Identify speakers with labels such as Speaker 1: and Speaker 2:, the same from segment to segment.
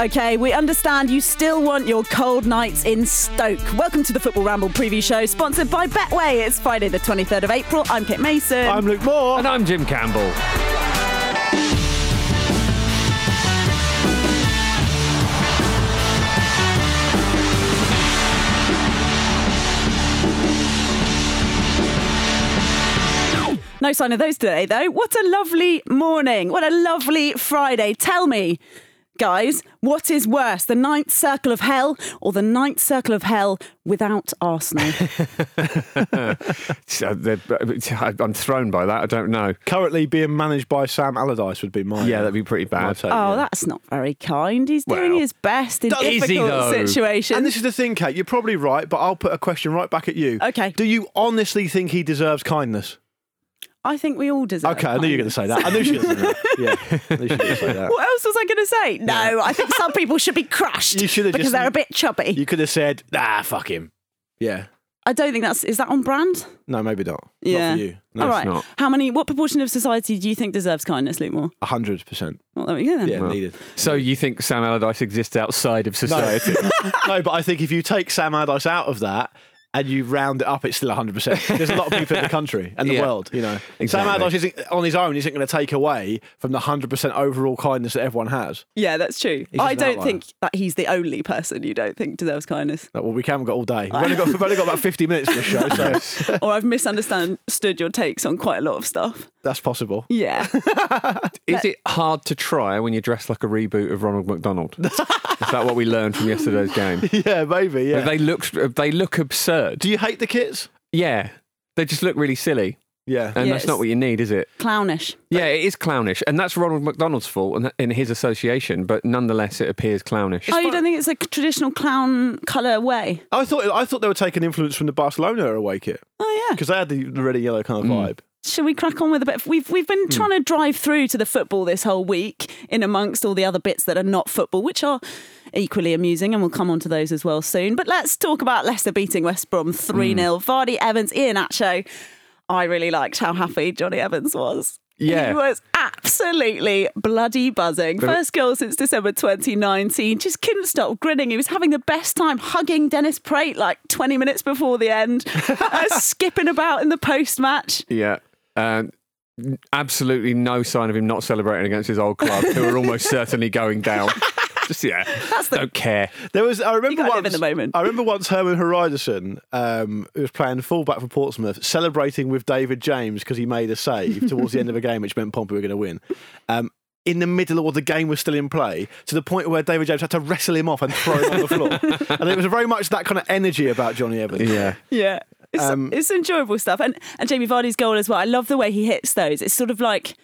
Speaker 1: Okay, we understand you still want your cold nights in Stoke. Welcome to the Football Ramble preview show, sponsored by Betway. It's Friday, the 23rd of April. I'm Kit Mason.
Speaker 2: I'm Luke Moore.
Speaker 3: And I'm Jim Campbell.
Speaker 1: No sign of those today, though. What a lovely morning. What a lovely Friday. Tell me, guys, what is worse, the ninth circle of hell or the ninth circle of hell without Arsenal?
Speaker 3: So they're- I'm thrown by that. I don't know.
Speaker 2: Currently being managed by Sam Allardyce would be my
Speaker 3: Yeah, that'd be pretty
Speaker 2: my
Speaker 3: bad.
Speaker 2: take,
Speaker 1: oh,
Speaker 2: yeah.
Speaker 1: that's not very kind. He's doing
Speaker 3: Well,
Speaker 1: his best in
Speaker 3: Is he,
Speaker 1: difficult
Speaker 3: though?
Speaker 1: situations.
Speaker 2: And this is the thing, Kate. You're probably right, but I'll put a question right back at you.
Speaker 1: Okay.
Speaker 2: Do you honestly think he deserves kindness?
Speaker 1: I think we all deserve
Speaker 2: okay, I knew you were going to
Speaker 1: kindness.
Speaker 2: say that. I knew she was going to. Yeah, I knew she was going to say that.
Speaker 1: What else was I going to say? No, I think some people should be crushed
Speaker 2: You should have
Speaker 1: because
Speaker 2: just-
Speaker 1: they're a bit chubby.
Speaker 2: You could have said, "Ah, fuck him." Yeah.
Speaker 1: I don't think that's is that on brand.
Speaker 2: No, maybe not.
Speaker 1: Yeah.
Speaker 2: Not for you.
Speaker 1: All
Speaker 2: No,
Speaker 1: right.
Speaker 3: not.
Speaker 1: How many? What proportion of society do you think deserves kindness, Luke Moore?
Speaker 2: hundred percent.
Speaker 1: Well, there we go then.
Speaker 2: Yeah, needed.
Speaker 3: So you think Sam Allardyce exists outside of
Speaker 2: No.
Speaker 3: society?
Speaker 2: no, but I think if you take Sam Allardyce out of that and you round it up, it's still 100%. There's a lot of people in the country and the
Speaker 3: Yeah.
Speaker 2: world, you know. Sam
Speaker 3: Exactly.
Speaker 2: Allardyce isn't, on his own isn't going to take away from the 100% overall kindness that everyone has.
Speaker 1: Yeah, that's true.
Speaker 2: He's
Speaker 1: I
Speaker 2: just an
Speaker 1: don't
Speaker 2: outlier.
Speaker 1: think that he's the only person you don't think deserves kindness.
Speaker 2: Like, well, we haven't got all day. We've only got, we've only got about 50 minutes for this show, so
Speaker 1: or I've misunderstood your takes on quite a lot of stuff.
Speaker 2: that's possible.
Speaker 1: Yeah.
Speaker 3: Is it hard to try when you're dressed like a reboot of Ronald McDonald? Is that what we learned from yesterday's game?
Speaker 2: Yeah, maybe, yeah.
Speaker 3: They look they look absurd.
Speaker 2: Do you hate the kits?
Speaker 3: Yeah, they just look really silly,
Speaker 2: Yeah.
Speaker 3: and
Speaker 1: Yes.
Speaker 3: that's not what you need, is it?
Speaker 1: Clownish.
Speaker 3: Yeah, it is clownish, and that's Ronald McDonald's fault and in his association, but nonetheless, it appears clownish.
Speaker 1: oh, you don't think it's a traditional clown colour way?
Speaker 2: I thought I thought they were taking influence from the Barcelona away kit
Speaker 1: Oh yeah.
Speaker 2: because they had the, the red and yellow kind of vibe.
Speaker 1: Should we crack on with a bit? Of, we've we've been trying to drive through to the football this whole week, in amongst all the other bits that are not football, which are equally amusing, and we'll come on to those as well soon. But let's talk about Leicester beating West Brom three 0 Vardy, Evans, Ian Acho. I really liked how happy Johnny Evans was.
Speaker 3: Yeah.
Speaker 1: He was absolutely bloody buzzing. First goal since December 2019. Just couldn't stop grinning. He was having the best time hugging Dennis Pratt like 20 minutes before the end, uh, skipping about in the post match.
Speaker 3: Yeah. Um, absolutely no sign of him not celebrating against his old club, who are almost certainly going down. Just, yeah.
Speaker 1: That's the
Speaker 3: Don't care.
Speaker 2: There was. I remember
Speaker 1: gotta
Speaker 2: once.
Speaker 1: live in the moment.
Speaker 2: I remember once Herman Haridason, um, who was playing fullback for Portsmouth, celebrating with David James because he made a save towards the end of a game, which meant Pompey were going to win. Um, in the middle, or the game was still in play, to the point where David James had to wrestle him off and throw him on the floor. And it was very much that kind of energy about Johnny Evans.
Speaker 3: Yeah.
Speaker 1: Yeah. It's,
Speaker 2: Um,
Speaker 1: it's enjoyable stuff. And and Jamie Vardy's goal as well. I love the way he hits those. It's sort of like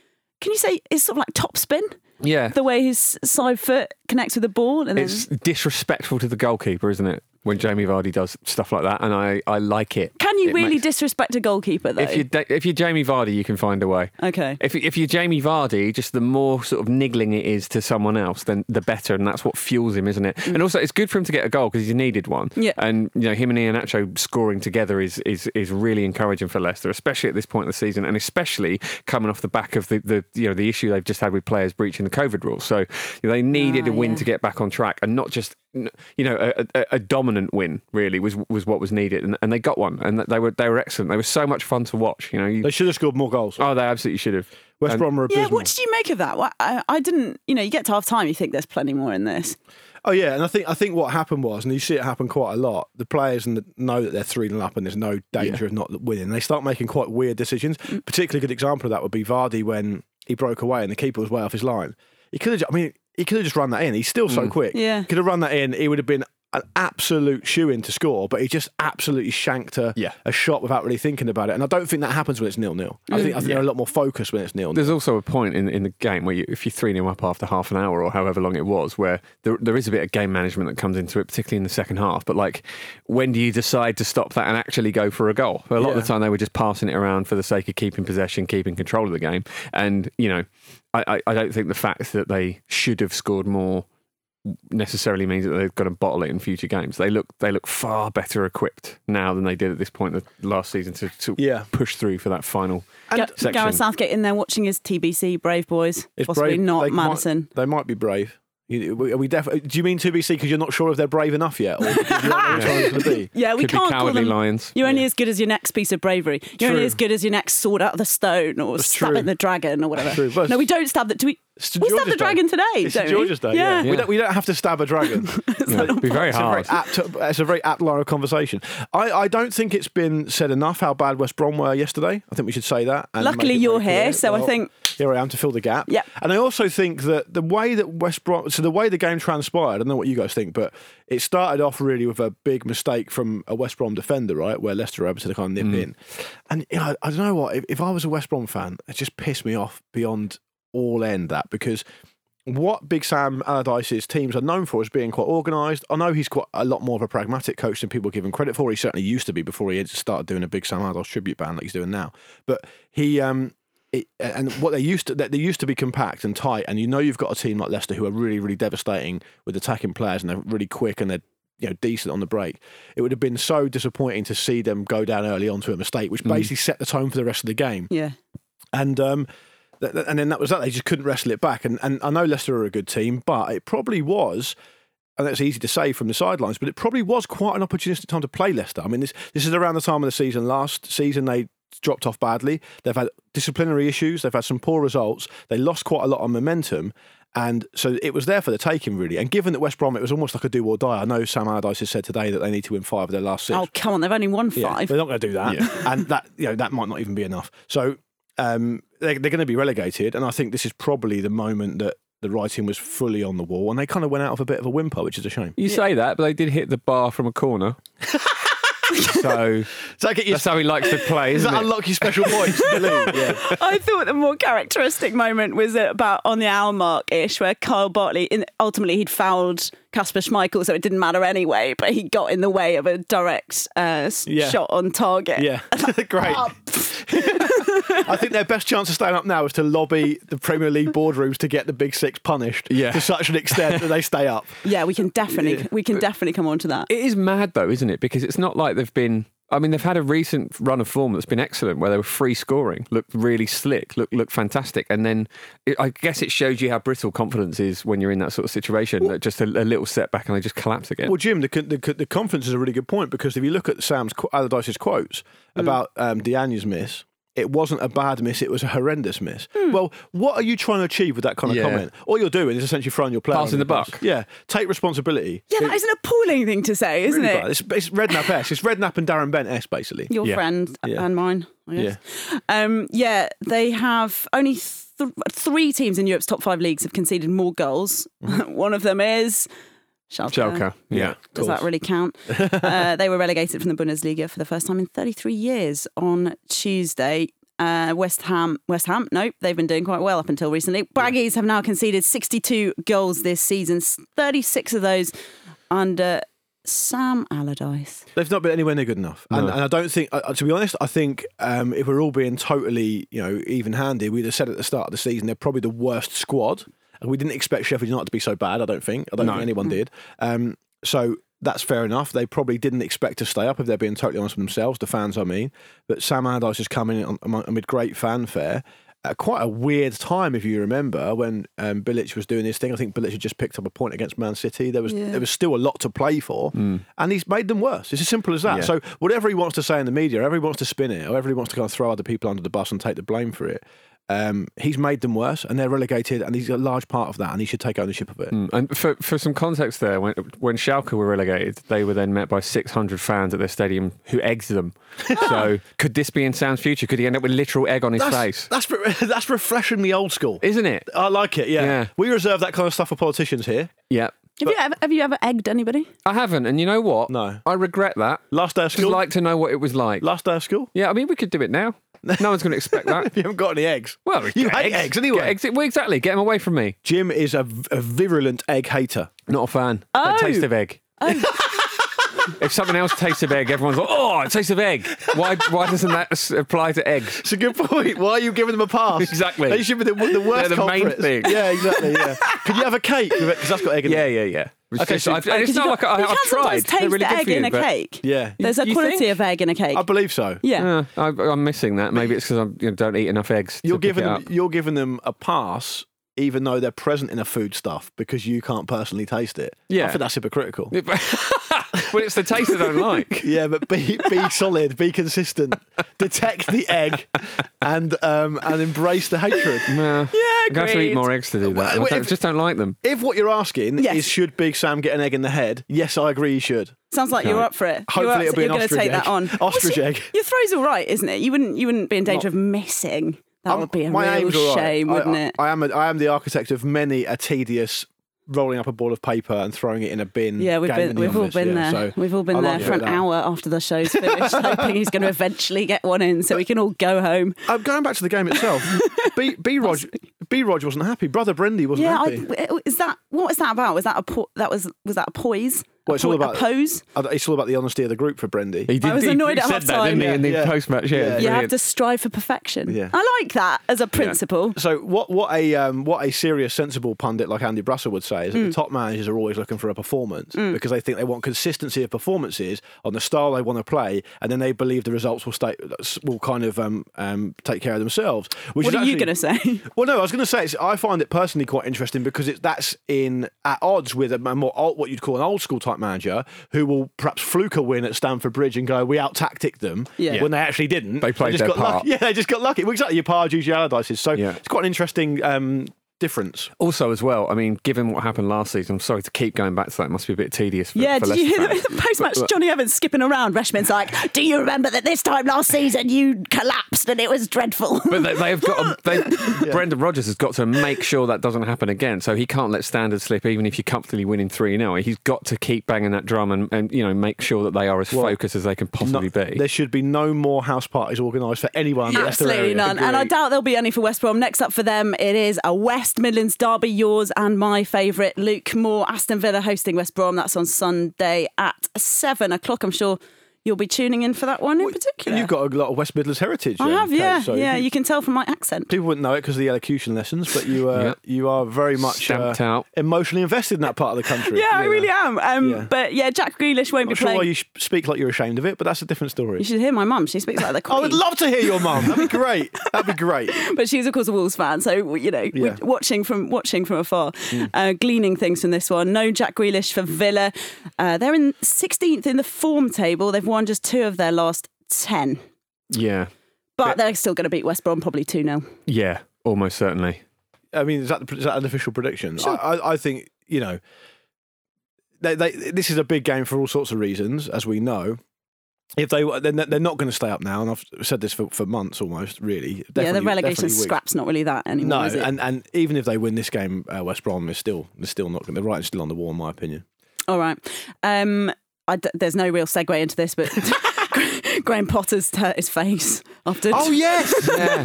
Speaker 1: can you say it's sort of like top spin?
Speaker 3: Yeah.
Speaker 1: The way his side foot connects with the ball and then
Speaker 3: It's disrespectful to the goalkeeper, isn't it? When Jamie Vardy does stuff like that, and I, I like it.
Speaker 1: can you
Speaker 3: It
Speaker 1: really
Speaker 3: makes-
Speaker 1: disrespect a goalkeeper though?
Speaker 3: If you da- if you're Jamie Vardy, you can find a way.
Speaker 1: okay.
Speaker 3: If if you're Jamie Vardy, just the more sort of niggling it is to someone else, then the better, and that's what fuels him, isn't it? And also, it's good for him to get a goal because he needed one.
Speaker 1: Mm. Yeah.
Speaker 3: And you know, him and Ianacho scoring together is is is really encouraging for Leicester, especially at this point in the season, and especially coming off the back of the, the you know the issue they've just had with players breaching the COVID rules. So you know, they needed
Speaker 1: Ah,
Speaker 3: a win
Speaker 1: yeah.
Speaker 3: to get back on track, and not just you know a, a, a dominant win really was was what was needed, and, and they got one, and they were they were excellent. They were so much fun to watch. You know, you,
Speaker 2: They should have scored more goals.
Speaker 3: oh, they absolutely should have.
Speaker 2: West
Speaker 3: And-
Speaker 2: Brom were
Speaker 1: Yeah,
Speaker 2: abysmal.
Speaker 1: what did you make of that? Wha- I, I didn't, you know, you get to half time, you think there's plenty more in this.
Speaker 2: Oh yeah, and I think I think what happened was, and you see it happen quite a lot. The players and the, know that they're three 0 up, and there's no danger of not winning. They start making quite weird decisions.
Speaker 1: Mm.
Speaker 2: Particularly good example of that would be Vardy when he broke away and the keeper was way off his line. He could have, ju- I mean, he could have just run that in. He's still so quick.
Speaker 1: Mm. Yeah.
Speaker 2: could have run that in. He would have been an absolute shoe in to score, but he just absolutely shanked a,
Speaker 3: Yeah.
Speaker 2: a shot without really thinking about it. And I don't think that happens when it's nil nil.
Speaker 1: Mm.
Speaker 2: I think I think they're a lot more focused when it's nil nil.
Speaker 3: There's also a point in, in the game where you, if you 3 0 up after half an hour or however long it was, where there, there is a bit of game management that comes into it, particularly in the second half. But like, when do you decide to stop that and actually go for a goal? A lot of
Speaker 2: Yeah.
Speaker 3: the time they were just passing it around for the sake of keeping possession, keeping control of the game. And, you know, I, I, I don't think the fact that they should have scored more necessarily means that they've got to bottle it in future games. They look they look far better equipped now than they did at this point the last season to, to
Speaker 2: Yeah.
Speaker 3: push through for that final
Speaker 1: Ga-
Speaker 3: section.
Speaker 1: Gareth Southgate in there watching his TBC Brave Boys,
Speaker 2: It's
Speaker 1: possibly
Speaker 2: brave.
Speaker 1: not
Speaker 2: They might-
Speaker 1: Madison.
Speaker 2: they might be brave. You- Are we def- do you mean 2BC because you're not sure if they're brave enough yet? Or because you don't know which one's going to be?
Speaker 1: Yeah, we
Speaker 3: Could be
Speaker 1: can't call
Speaker 3: cowardly
Speaker 1: them.
Speaker 3: lions.
Speaker 1: You're only as good as your next piece of bravery. You're only
Speaker 2: True.
Speaker 1: as good as your next sword out of the stone or stab
Speaker 2: true.
Speaker 1: at the dragon or whatever.
Speaker 2: True, but-
Speaker 1: No, we don't stab the. Do we?
Speaker 2: It's
Speaker 1: we stab
Speaker 2: George's
Speaker 1: the dragon
Speaker 2: Day.
Speaker 1: today.
Speaker 2: It's
Speaker 1: don't we?
Speaker 2: George's Day. Yeah.
Speaker 3: Yeah.
Speaker 2: We, don't, we don't have to stab a dragon.
Speaker 3: Yeah, it'd be very hard.
Speaker 2: It's a very Ah, apt, it's a very apt line of conversation. I, I don't think it's been said enough how bad West Brom were yesterday. I think we should say that. and
Speaker 1: Luckily
Speaker 2: make it
Speaker 1: you're
Speaker 2: very clear.
Speaker 1: here, so I think-
Speaker 2: here I am to fill the gap.
Speaker 1: Yep.
Speaker 2: and I also think that the way that West Brom, so the way the game transpired, I don't know what you guys think, but it started off really with a big mistake from a West Brom defender, right, where Leicester were able to kind of nip in. And you know, I don't know what if, if I was a West Brom fan, it just pissed me off beyond all end that because what Big Sam Allardyce's teams are known for is being quite organised. I know he's quite a lot more of a pragmatic coach than people give him credit for. He certainly used to be before he had started doing a Big Sam Allardyce tribute band like he's doing now. But he, um, it, and what they used to, they used to be compact and tight. And you know you've got a team like Leicester who are really, really devastating with attacking players and they're really quick and they're you know decent on the break. It would have been so disappointing to see them go down early onto a mistake, which basically set the tone for the rest of the game
Speaker 1: Yeah.
Speaker 2: and um, th- th- and then that was that. They just couldn't wrestle it back. And and I know Leicester are a good team, but it probably was. And that's easy to say from the sidelines, but it probably was quite an opportunistic time to play Leicester. I mean, this this is around the time of the season. Last season, they dropped off badly. They've had disciplinary issues. They've had some poor results. They lost quite a lot on momentum, and so it was there for the taking, really. And given that West Brom, it was almost like a do or die. I know Sam Allardyce has said today that they need to win five of their last six.
Speaker 1: Oh come on, they've only won
Speaker 2: Yeah,
Speaker 1: five.
Speaker 2: they're not going to do that, and that you know that might not even be enough. So um, they're, they're going to be relegated, and I think this is probably the moment that the writing was fully on the wall, and they kind of went out of a bit of a whimper, which is a shame.
Speaker 3: You say that, but they did hit the bar from a corner. so
Speaker 2: Does that get you?
Speaker 3: that's how he likes to play,
Speaker 2: Does
Speaker 3: isn't
Speaker 2: that
Speaker 3: it?
Speaker 2: unlock your special points? in the league? yeah.
Speaker 1: I thought the more characteristic moment was about on the hour mark ish, where Kyle Bartley in, ultimately he'd fouled Casper Schmeichel, so it didn't matter anyway, but he got in the way of a direct uh, s-
Speaker 2: Yeah.
Speaker 1: shot on target.
Speaker 2: yeah, great.
Speaker 1: Oh,
Speaker 2: I think their best chance of staying up now is to lobby the Premier League boardrooms to get the Big Six punished
Speaker 3: Yeah.
Speaker 2: to such an extent that they stay up.
Speaker 1: yeah, we can definitely we can definitely come on to that.
Speaker 3: It is mad though, isn't it? Because it's not like they've been. I mean, they've had a recent run of form that's been excellent, where they were free scoring, looked really slick, looked looked fantastic, and then it, I guess it shows you how brittle confidence is when you're in that sort of situation. That just a, a little setback and they just collapse again.
Speaker 2: Well, Jim, the, con- the, con- the conference is a really good point because if you look at Sam's qu- Allardyce's quotes
Speaker 1: Mm.
Speaker 2: about um, Diagne's miss, it wasn't a bad miss; it was a horrendous miss.
Speaker 1: Hmm.
Speaker 2: Well, what are you trying to achieve with that kind of
Speaker 3: Yeah.
Speaker 2: comment? All you're doing is essentially throwing your player
Speaker 3: Passing
Speaker 2: under
Speaker 3: the buck.
Speaker 2: bus. Yeah, take responsibility.
Speaker 1: Yeah, that is an appalling thing to say, isn't
Speaker 2: Really
Speaker 1: it?
Speaker 2: bad. It's, it's Redknapp S. It's Redknapp and Darren Bent S. Basically.
Speaker 1: Your
Speaker 3: Yeah.
Speaker 1: friend
Speaker 2: Yeah.
Speaker 1: and mine, I guess. Um, yeah, they have only th- three teams in Europe's top five leagues have conceded more goals.
Speaker 2: Mm-hmm.
Speaker 1: One of them is Schalke.
Speaker 3: Schalke, yeah.
Speaker 1: Does
Speaker 2: course.
Speaker 1: that really count? uh, they were relegated from the Bundesliga for the first time in 33 years on Tuesday. Uh, West Ham, West Ham, nope, they've been doing quite well up until recently. Braggies have now conceded 62 goals this season, 36 of those under Sam Allardyce.
Speaker 2: They've not been anywhere near good enough, and, and I don't think, uh, to be honest, I think um, if we're all being totally, you know, even-handed, we'd have said at the start of the season they're probably the worst squad, and we didn't expect Sheffield United to be so bad. I don't think, I don't think anyone did. Um, so that's fair enough. They probably didn't expect to stay up if they're being totally honest with themselves, the fans, I mean. But Sam Allardyce has come in on, among, amid great fanfare. At quite a weird time, if you remember, when um, Bilic was doing his thing. I think Bilic had just picked up a point against Man City. There was
Speaker 1: Yeah.
Speaker 2: there was still a lot to play for, and he's made them worse. It's as simple as that.
Speaker 3: Mm. Yeah.
Speaker 2: So whatever he wants to say in the media, however he wants to spin it, however he wants to kind of throw other people under the bus and take the blame for it, um, he's made them worse, and they're relegated, and he's a large part of that, and he should take ownership of it.
Speaker 3: Mm, And for, for some context, there, when when Schalke were relegated, they were then met by 600 fans at their stadium who egged them. so, could this be in Sam's future? Could he end up with literal egg on his
Speaker 2: That's
Speaker 3: face?
Speaker 2: that's, re- that's refreshingly old school.
Speaker 3: Isn't it?
Speaker 2: I like it. Yeah.
Speaker 3: Yeah.
Speaker 2: we reserve that kind of stuff for politicians here.
Speaker 3: Yeah.
Speaker 1: Have you ever have you ever egged anybody?
Speaker 3: I haven't, and you know what?
Speaker 2: No.
Speaker 3: I regret that.
Speaker 2: Last day of
Speaker 3: I'd
Speaker 2: school.
Speaker 3: like to know what it was like.
Speaker 2: Last day of school.
Speaker 3: Yeah, I mean, we could do it now. No one's going to expect that.
Speaker 2: You haven't got any eggs.
Speaker 3: Well, we
Speaker 2: you
Speaker 3: get
Speaker 2: hate eggs, anyway.
Speaker 3: Get eggs- well, exactly. Get them away from me.
Speaker 2: Jim is a, v- a virulent egg hater.
Speaker 3: Not a fan. Don't
Speaker 1: Oh.
Speaker 3: taste of egg. if something else tastes of egg, everyone's like, "Oh, it tastes of egg." Why? Why doesn't that s- apply to eggs?
Speaker 2: It's a good point. Why are you giving them a pass?
Speaker 3: Exactly.
Speaker 2: They should be the, the worst.
Speaker 3: They're the main
Speaker 2: culprits.
Speaker 3: thing.
Speaker 2: Yeah, exactly. Yeah. Could you have a cake with it? Because that's got egg in
Speaker 3: Yeah,
Speaker 2: it.
Speaker 3: yeah, yeah. It's,
Speaker 2: Okay,
Speaker 3: just-
Speaker 2: so-
Speaker 3: I've, and it's
Speaker 1: Because
Speaker 3: not
Speaker 1: you
Speaker 3: like
Speaker 1: got-
Speaker 3: I,
Speaker 1: you
Speaker 3: I've
Speaker 1: can
Speaker 3: tried.
Speaker 1: sometimes
Speaker 3: They're
Speaker 1: taste
Speaker 3: really
Speaker 1: the
Speaker 3: good
Speaker 1: egg
Speaker 3: for you,
Speaker 1: in a
Speaker 3: but-
Speaker 1: cake.
Speaker 2: Yeah.
Speaker 1: There's a
Speaker 3: you
Speaker 1: quality
Speaker 3: think?
Speaker 1: of egg in a cake.
Speaker 2: I believe so.
Speaker 1: yeah.
Speaker 3: Yeah, I, I'm missing that. Maybe it's because I you know, don't eat enough eggs.
Speaker 2: You're
Speaker 3: to pick
Speaker 2: giving
Speaker 3: it
Speaker 2: them. You're giving them a pass even though they're present in a foodstuff because you can't personally taste it.
Speaker 3: Yeah.
Speaker 2: I think that's hypocritical.
Speaker 3: well, it's the taste that I don't like.
Speaker 2: Yeah, but be be solid, be consistent, detect the egg, and um, and embrace the hatred.
Speaker 3: Nah. Yeah, I have to
Speaker 1: agreed.
Speaker 3: eat more eggs to do that. I
Speaker 2: Well,
Speaker 3: don't-
Speaker 2: if-
Speaker 3: just don't like them.
Speaker 2: If what you're asking
Speaker 1: Yes.
Speaker 2: is should Big Sam get an egg in the head, yes, I agree, he should.
Speaker 1: Sounds like you're up for it.
Speaker 2: Hopefully
Speaker 1: you're up-
Speaker 2: it'll be
Speaker 1: you're
Speaker 2: an
Speaker 1: gonna
Speaker 2: ostrich
Speaker 1: take that
Speaker 2: egg.
Speaker 1: on.
Speaker 2: Ostrich
Speaker 1: What's your-
Speaker 2: egg.
Speaker 1: Your throw's all right, isn't it? You wouldn't you wouldn't be in danger of missing. That
Speaker 2: I'm-
Speaker 1: would be a
Speaker 2: my
Speaker 1: real
Speaker 2: aim's all right.
Speaker 1: shame,
Speaker 2: I-
Speaker 1: wouldn't
Speaker 2: I,
Speaker 1: it?
Speaker 2: I am a, I am the architect of many a tedious rolling up a ball of paper and throwing it in a bin.
Speaker 1: yeah, we've
Speaker 2: game in
Speaker 1: been
Speaker 2: the
Speaker 1: we've all
Speaker 2: office,
Speaker 1: been
Speaker 2: yeah,
Speaker 1: there.
Speaker 2: so
Speaker 1: we've all been
Speaker 2: I
Speaker 1: there
Speaker 2: like
Speaker 1: for
Speaker 2: it
Speaker 1: an
Speaker 2: that.
Speaker 1: hour after the show's finished, hoping he's going to eventually get one in, so we can all go home.
Speaker 2: I'm Oh, going back to the game itself. B B Rog B Rog wasn't happy. Brother Brindy wasn't
Speaker 1: Yeah,
Speaker 2: happy.
Speaker 1: I, is that what was that about? Was that a po- that was was that a poise?
Speaker 2: Well,
Speaker 1: a,
Speaker 2: it's all
Speaker 1: po- a
Speaker 2: about-
Speaker 1: pose.
Speaker 2: I- it's all about the honesty of the group for Brindy.
Speaker 3: He did,
Speaker 1: was annoyed
Speaker 3: he
Speaker 1: at
Speaker 3: said that,
Speaker 1: halftime.
Speaker 3: didn't he?
Speaker 1: Yeah.
Speaker 3: In the
Speaker 2: Yeah.
Speaker 3: post match, yeah,
Speaker 2: Yeah.
Speaker 3: it was
Speaker 1: You have
Speaker 3: brilliant.
Speaker 1: to strive for perfection.
Speaker 2: Yeah.
Speaker 1: I like that as a principle.
Speaker 2: So what what a um, what a serious sensible pundit like Andy Brasser would say
Speaker 1: Hmm.
Speaker 2: is that the top managers are always looking for a performance because they think they want consistency of performances on the style they want to play, and then they believe the results will stay will kind of um, um, take care of themselves. Which
Speaker 1: What
Speaker 2: is
Speaker 1: are you
Speaker 2: actually-
Speaker 1: going to say?
Speaker 2: Well, no, I was going to say it's, I find it personally quite interesting because it's that's in at odds with a more old, what you'd call an old school type manager who will perhaps fluke a win at Stamford Bridge and go, "We out tacticked them,"
Speaker 1: Yeah.
Speaker 2: when they actually didn't.
Speaker 3: They played
Speaker 2: just
Speaker 3: their
Speaker 2: got luck-
Speaker 3: part.
Speaker 2: Yeah, they just got lucky. Well, exactly. Your Pardews, your Allardyces. So
Speaker 3: Yeah.
Speaker 2: it's quite an interesting um, difference.
Speaker 3: Also, as well, I mean, given what happened last season, I'm sorry to keep going back to that. It must be a bit tedious. For,
Speaker 1: Yeah,
Speaker 3: for
Speaker 1: did you hear
Speaker 3: Leicester
Speaker 1: the,
Speaker 3: fans.
Speaker 1: the post-match Johnny Evans skipping around? Reshman's like, "Do you remember that this time last season you collapsed and it was dreadful?"
Speaker 3: But they, they have got. They, Brendan Rodgers has got to make sure that doesn't happen again. So he can't let standards slip, even if you're comfortably winning three 0 He's got to keep banging that drum and, and you know make sure that they are as focused as they can possibly be.
Speaker 2: There should be no more house parties organised for anyone. in the Leicester
Speaker 1: Absolutely
Speaker 2: area.
Speaker 1: none, and I doubt there'll be any for West Brom. Next up for them, it is a West Midlands derby. Yours and my favourite, Luke Moore, Aston Villa hosting West Brom. That's on Sunday at seven o'clock. I'm sure you'll be tuning in for that one in particular.
Speaker 2: And you've got a lot of West Midlands heritage.
Speaker 1: I
Speaker 2: um,
Speaker 1: have,
Speaker 2: Kate,
Speaker 1: yeah,
Speaker 2: so
Speaker 1: yeah. You can tell from my accent.
Speaker 2: People wouldn't know it because of the elocution lessons, but you uh,
Speaker 3: Yeah.
Speaker 2: you are very much
Speaker 3: Stamped
Speaker 2: uh,
Speaker 3: out.
Speaker 2: emotionally invested in that part of the country.
Speaker 1: Yeah, I really am. Um,
Speaker 2: Yeah.
Speaker 1: But yeah, Jack Grealish won't be
Speaker 2: I'm sure
Speaker 1: playing.
Speaker 2: why
Speaker 1: you...
Speaker 2: you sh- speak like you're ashamed of it, but that's a different story.
Speaker 1: should hear my mum. She speaks like the queen.
Speaker 2: I would love to hear your mum. That'd be great. That'd be great.
Speaker 1: but she's of course a Wolves fan, so you know, we-
Speaker 2: Yeah. Mm.
Speaker 1: watching from watching from afar, uh, gleaning things from this one. No Jack Grealish for Villa. Uh, they're in 16th in the form table. They've won just two of their last 10,
Speaker 3: yeah,
Speaker 1: but they're still going to beat West Brom probably 2 0.
Speaker 3: yeah, almost certainly.
Speaker 2: I mean, is that, is that an official prediction? I, I, I think, you know, they, they, this is a big game for all sorts of reasons, as we know. If they were- they're not- they're not going to stay up now, and I've said this for, for months almost, really.
Speaker 1: Yeah, the
Speaker 2: Definitely-
Speaker 1: relegation
Speaker 2: definitely weeks.
Speaker 1: scrap's not really that anymore,
Speaker 2: No,
Speaker 1: is it?
Speaker 2: and, and even if they win this game, uh, West Brom is still is still not going. The writing's still on the wall, in my opinion.
Speaker 1: All right. Um, I d- there's no real segue into this, but Graham Potter's hurt his face after.
Speaker 2: yes,
Speaker 3: Yeah,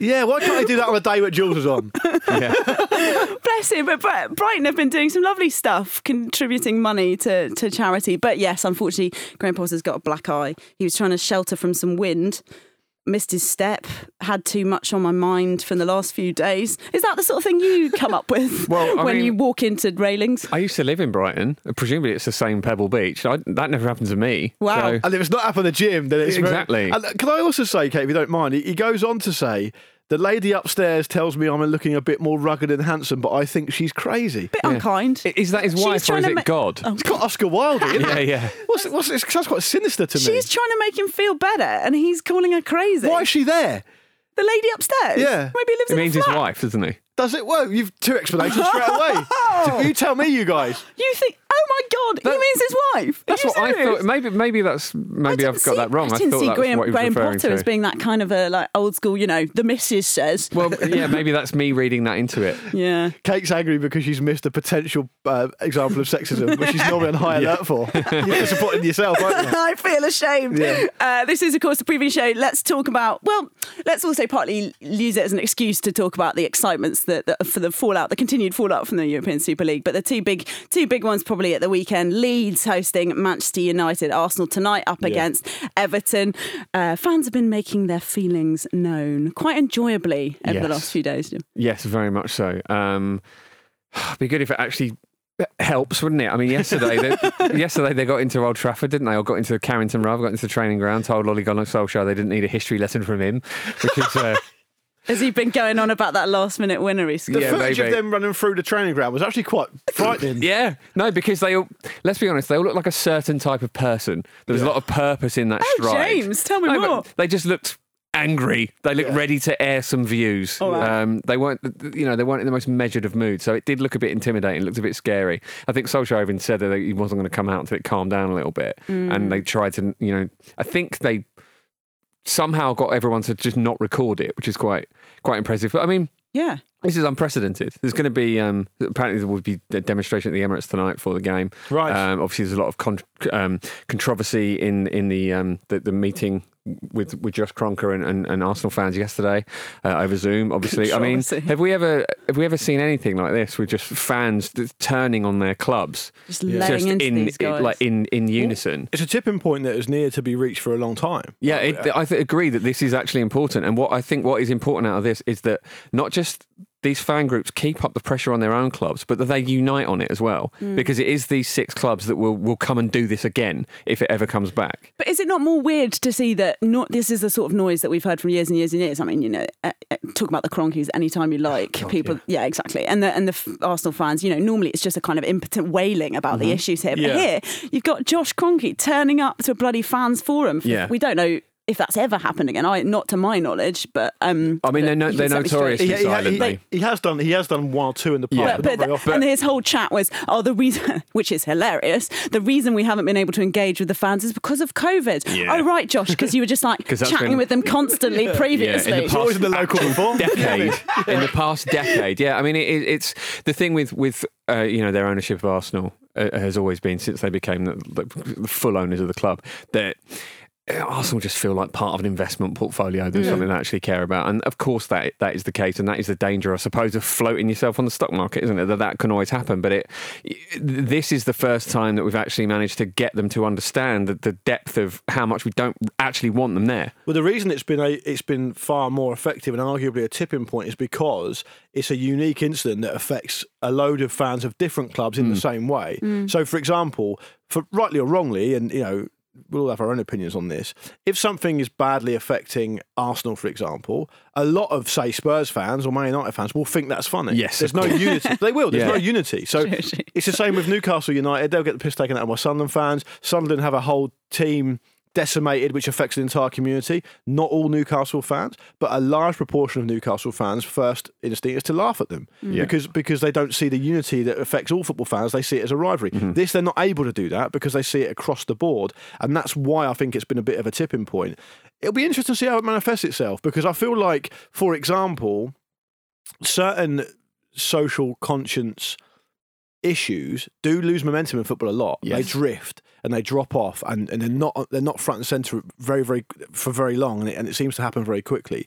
Speaker 2: yeah. Why can't they do that on a day where Jules was on?
Speaker 3: yeah.
Speaker 1: Bless him, but Bri- Brighton have been doing some lovely stuff, contributing money to, to charity. But yes, unfortunately, Graham Potter's got a black eye. He was trying to shelter from some wind, missed his step, had too much on my mind from the last few days. Is that the sort of thing you come up with
Speaker 3: Well, I
Speaker 1: when
Speaker 3: mean-
Speaker 1: you walk into railings?
Speaker 3: I used to live in Brighton. Presumably, it's the same Pebble Beach. I, that never happened to me.
Speaker 1: Wow. Uh,
Speaker 3: So-
Speaker 2: And if it's not up in the gym, then it's very-
Speaker 3: Exactly.
Speaker 2: and uh, can I also say, Kate, if you don't mind, he he goes on to say, "The lady upstairs tells me I'm looking a bit more rugged and handsome, but I think she's crazy."
Speaker 1: bit unkind.
Speaker 3: I- is that his
Speaker 1: She was
Speaker 3: wife or
Speaker 1: trying
Speaker 3: is
Speaker 1: to
Speaker 3: it
Speaker 1: ma- Oh.
Speaker 3: God?
Speaker 2: It's got Oscar Wilde. Isn't
Speaker 3: Yeah,
Speaker 2: it?
Speaker 3: yeah.
Speaker 2: What's, what's it sounds quite sinister to me.
Speaker 1: She's trying to make him feel better, and he's calling her crazy.
Speaker 2: Why is she there?
Speaker 1: The lady upstairs.
Speaker 2: Yeah.
Speaker 1: maybe he lives
Speaker 3: It
Speaker 1: in
Speaker 3: means
Speaker 1: a
Speaker 3: his
Speaker 1: flat.
Speaker 3: wife, doesn't he?
Speaker 2: Does it work? You've two explanations straight away. So you tell me, you guys.
Speaker 1: You think? Oh my God! he
Speaker 3: That-
Speaker 1: means his wife. Are
Speaker 3: That's
Speaker 1: you
Speaker 3: what I
Speaker 1: serious?
Speaker 3: thought. Maybe, maybe that's maybe
Speaker 1: I
Speaker 3: I've
Speaker 1: didn't
Speaker 3: got
Speaker 1: see-
Speaker 3: that wrong.
Speaker 1: I didn't
Speaker 3: thought
Speaker 1: see
Speaker 3: that
Speaker 1: Graham,
Speaker 3: was what he
Speaker 1: Graham
Speaker 3: was referring
Speaker 1: Potter
Speaker 3: to.
Speaker 1: as being that kind of a like old school, you know, the missus says.
Speaker 3: Well, yeah, maybe that's me reading that into it.
Speaker 1: Yeah.
Speaker 2: Kate's angry because she's missed a potential uh, example of sexism, which she's normally on high alert for. You're supporting yourself, aren't you?
Speaker 1: I feel ashamed.
Speaker 2: Yeah.
Speaker 1: Uh, this is, of course, the previous show. Let's talk about, well, let's also partly use it as an excuse to talk about the excitements that, that for the fallout, the continued fallout from the European Super League. But the two big, two big ones probably at the weekend Leeds hosting Manchester United, Arsenal tonight up against Everton. Uh, fans have been making their feelings known quite enjoyably over the
Speaker 3: Yes.
Speaker 1: last few days. Jim.
Speaker 3: Yes, very much so. Um, it'd be good if it actually helps, wouldn't it? I mean, yesterday, they, yesterday they got into Old Trafford, didn't they? Or got into Carrington Road, got into the training ground, told Ollie Gunnar Solskjaer they didn't need a history lesson from him, which is. Uh,
Speaker 1: Has he been going on about that last minute winner he scored?
Speaker 3: Yeah,
Speaker 2: footage
Speaker 3: maybe.
Speaker 2: of them running through the training ground was actually quite frightening.
Speaker 3: Yeah, no, because they all, let's be honest, they all look like a certain type of person. There was a lot of purpose in that
Speaker 1: Oh,
Speaker 3: stride.
Speaker 1: James, tell me
Speaker 3: No, but
Speaker 1: more.
Speaker 3: They just looked angry. They looked ready to air some views.
Speaker 1: wow.
Speaker 3: Um, they weren't, you know, they weren't in the most measured of moods. So it did look a bit intimidating. It looked a bit scary. I think Solskjaer even said that he wasn't going to come out until it calmed down a little bit.
Speaker 1: Mm.
Speaker 3: And they tried to, you know, I think they somehow got everyone to just not record it, which is quite quite impressive. But I mean.
Speaker 1: Yeah.
Speaker 3: This is unprecedented. There's going to be um, apparently there will be a demonstration at the Emirates tonight for the game.
Speaker 2: Right.
Speaker 3: Um, obviously, there's a lot of con- um, controversy in in the, um, the the meeting with with Josh Cronker and, and, and Arsenal fans yesterday uh, over Zoom. Obviously, I mean,
Speaker 1: Controversy.
Speaker 3: have we ever have we ever seen anything like this with just fans th- turning on their clubs,
Speaker 1: Just laying into
Speaker 3: in
Speaker 1: these guys.
Speaker 3: like in in unison?
Speaker 2: It's a tipping point that is near to be reached for a long time.
Speaker 3: Yeah, it, I th- agree that this is actually important. And what I think what is important out of this is that not just these fan groups keep up the pressure on their own clubs, but that they unite on it as well. Because it is these six clubs that will, will come and do this again if it ever comes back.
Speaker 1: But is it not more weird to see that not this is the sort of noise that we've heard from years and years and years? I mean, you know, uh, uh, talk about the Cronkies anytime you like. People, yeah. exactly. And the and the f- Arsenal fans, you know, normally it's just a kind of impotent wailing about
Speaker 3: Mm-hmm.
Speaker 1: the issues here. But
Speaker 2: Yeah.
Speaker 1: here, you've got Josh Cronky turning up to a bloody fans forum. For,
Speaker 3: Yeah.
Speaker 1: we don't know if that's ever happened again. I not to my knowledge, but um,
Speaker 3: I
Speaker 1: but
Speaker 3: mean, they're no-
Speaker 1: you can
Speaker 3: they're
Speaker 1: set me straight.
Speaker 3: notorious
Speaker 2: He,
Speaker 3: It's
Speaker 2: he-
Speaker 3: silent,
Speaker 2: he-
Speaker 3: though.
Speaker 2: he has done he has done one or two in the past,
Speaker 3: Yeah.
Speaker 1: but,
Speaker 2: but, not very
Speaker 1: th-
Speaker 2: often.
Speaker 1: and his whole chat was, oh, the reason, which is hilarious, the reason we haven't been able to engage with the fans is because of COVID.
Speaker 3: Yeah.
Speaker 1: Oh, right, Josh, because you were just like
Speaker 3: 'Cause that's
Speaker 1: chatting
Speaker 3: been-
Speaker 1: with them constantly previously.
Speaker 3: in the past
Speaker 2: always in the local before.
Speaker 3: decade. in the past decade, yeah. I mean, it, it, it's the thing with with uh, you know their ownership of Arsenal uh, has always been since they became the, the, the full owners of the club that. uh, Arsenal just feel like part of an investment portfolio. There's something they actually care about, and of course that that is the case, and that is the danger, I suppose, of floating yourself on the stock market, isn't it? That that can always happen. But it, this is the first time that we've actually managed to get them to understand the, the depth of how much we don't actually want them there.
Speaker 2: Well, the reason it's been a, it's been far more effective and arguably a tipping point is because it's a unique incident that affects a load of fans of different clubs
Speaker 3: Mm.
Speaker 2: in the same way. So, for example, for rightly or wrongly, and you know. We'll all have our own opinions on this. If something is badly affecting Arsenal, for example, a lot of, say, Spurs fans or Man United fans will think that's funny.
Speaker 3: Yes,
Speaker 2: There's
Speaker 3: of
Speaker 2: no unity. They will. There's
Speaker 3: Yeah.
Speaker 2: no unity. So it's the same with Newcastle United. They'll get the piss taken out of my Sunderland fans. Sunderland have a whole team decimated, which affects the entire community. Not all Newcastle fans, but a large proportion of Newcastle fans' first instinct is to laugh at them
Speaker 3: Mm.
Speaker 2: because because they don't see the unity that affects all football fans. They see it as a rivalry. This they're not able to do that because they see it across the board, and that's why I think it's been a bit of a tipping point. It'll be interesting to see how it manifests itself because I feel like, for example, certain social conscience issues do lose momentum in football a lot. They
Speaker 3: Yes.
Speaker 2: drift and they drop off, and, and they're not they're not front and center very very for very long, and it, and it seems to happen very quickly.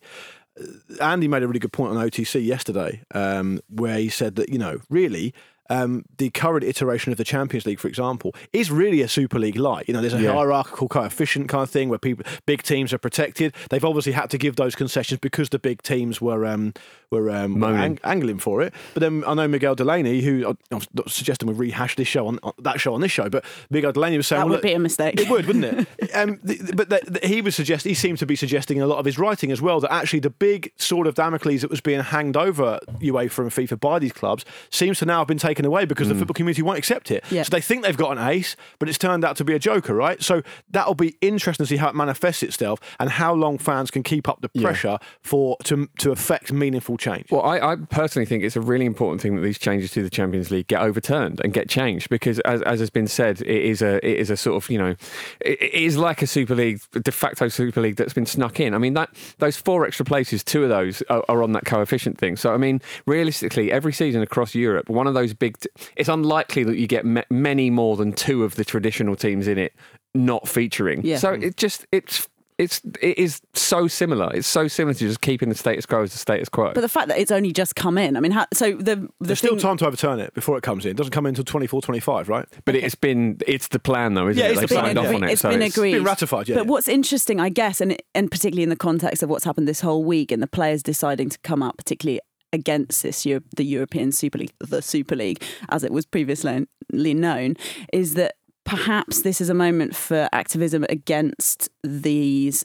Speaker 2: Uh, Andy made a really good point on OTC yesterday, um, where he said that you know really. Um, the current iteration of the Champions League, for example, is really a Super League light. You know, there's a
Speaker 3: Yeah.
Speaker 2: hierarchical coefficient kind of thing where people, big teams are protected. They've obviously had to give those concessions because the big teams were um, were um,
Speaker 3: Moaning.
Speaker 2: ang- angling for it. But then I know Miguel Delaney, who uh, I'm not suggesting we rehash this show on, on that show on this show, but Miguel Delaney was saying
Speaker 1: that
Speaker 2: well,
Speaker 1: would
Speaker 2: look-
Speaker 1: be a mistake.
Speaker 2: it would, wouldn't it? Um, th- th- but that that he was suggest he seemed to be suggesting in a lot of his writing as well that actually the big sword of Damocles that was being hanged over UEFA and FIFA by these clubs seems to now have been taken away because the football community won't accept it.
Speaker 1: Yeah.
Speaker 2: So they think they've got an ace, but it's turned out to be a joker, right? So that'll be interesting to see how it manifests itself and how long fans can keep up the pressure for to to affect meaningful change.
Speaker 3: Well, I, I personally think it's a really important thing that these changes to the Champions League get overturned and get changed because, as, as has been said, it is a it is a sort of you know it, it is like a Super League de facto Super League that's been snuck in. I mean that those four extra places, two of those are, are on that coefficient thing. So I mean, realistically, every season across Europe, one of those big. T- it's unlikely that you get ma- many more than two of the traditional teams in it not featuring.
Speaker 1: Yeah.
Speaker 3: So it just it's. It's it is so similar. It's so similar to just keeping the status quo as the status quo.
Speaker 1: But the fact that it's only just come in, I mean, how, so the the
Speaker 2: There's still
Speaker 1: thing,
Speaker 2: time to overturn it before it comes in. It doesn't come in until 24, 25, right?
Speaker 3: But it's been it's the plan though, isn't
Speaker 2: Yeah,
Speaker 3: it?
Speaker 2: it's
Speaker 3: They've
Speaker 2: the plan,
Speaker 3: signed
Speaker 2: yeah.
Speaker 3: off on it.
Speaker 1: It's
Speaker 3: so
Speaker 1: been
Speaker 3: it's,
Speaker 1: agreed.
Speaker 2: been ratified, yeah,
Speaker 1: But
Speaker 2: yeah.
Speaker 1: what's interesting, I guess, and and particularly in the context of what's happened this whole week and the players deciding to come out, particularly against this Euro- the European Super League, the Super League, as it was previously known, is that perhaps this is a moment for activism against these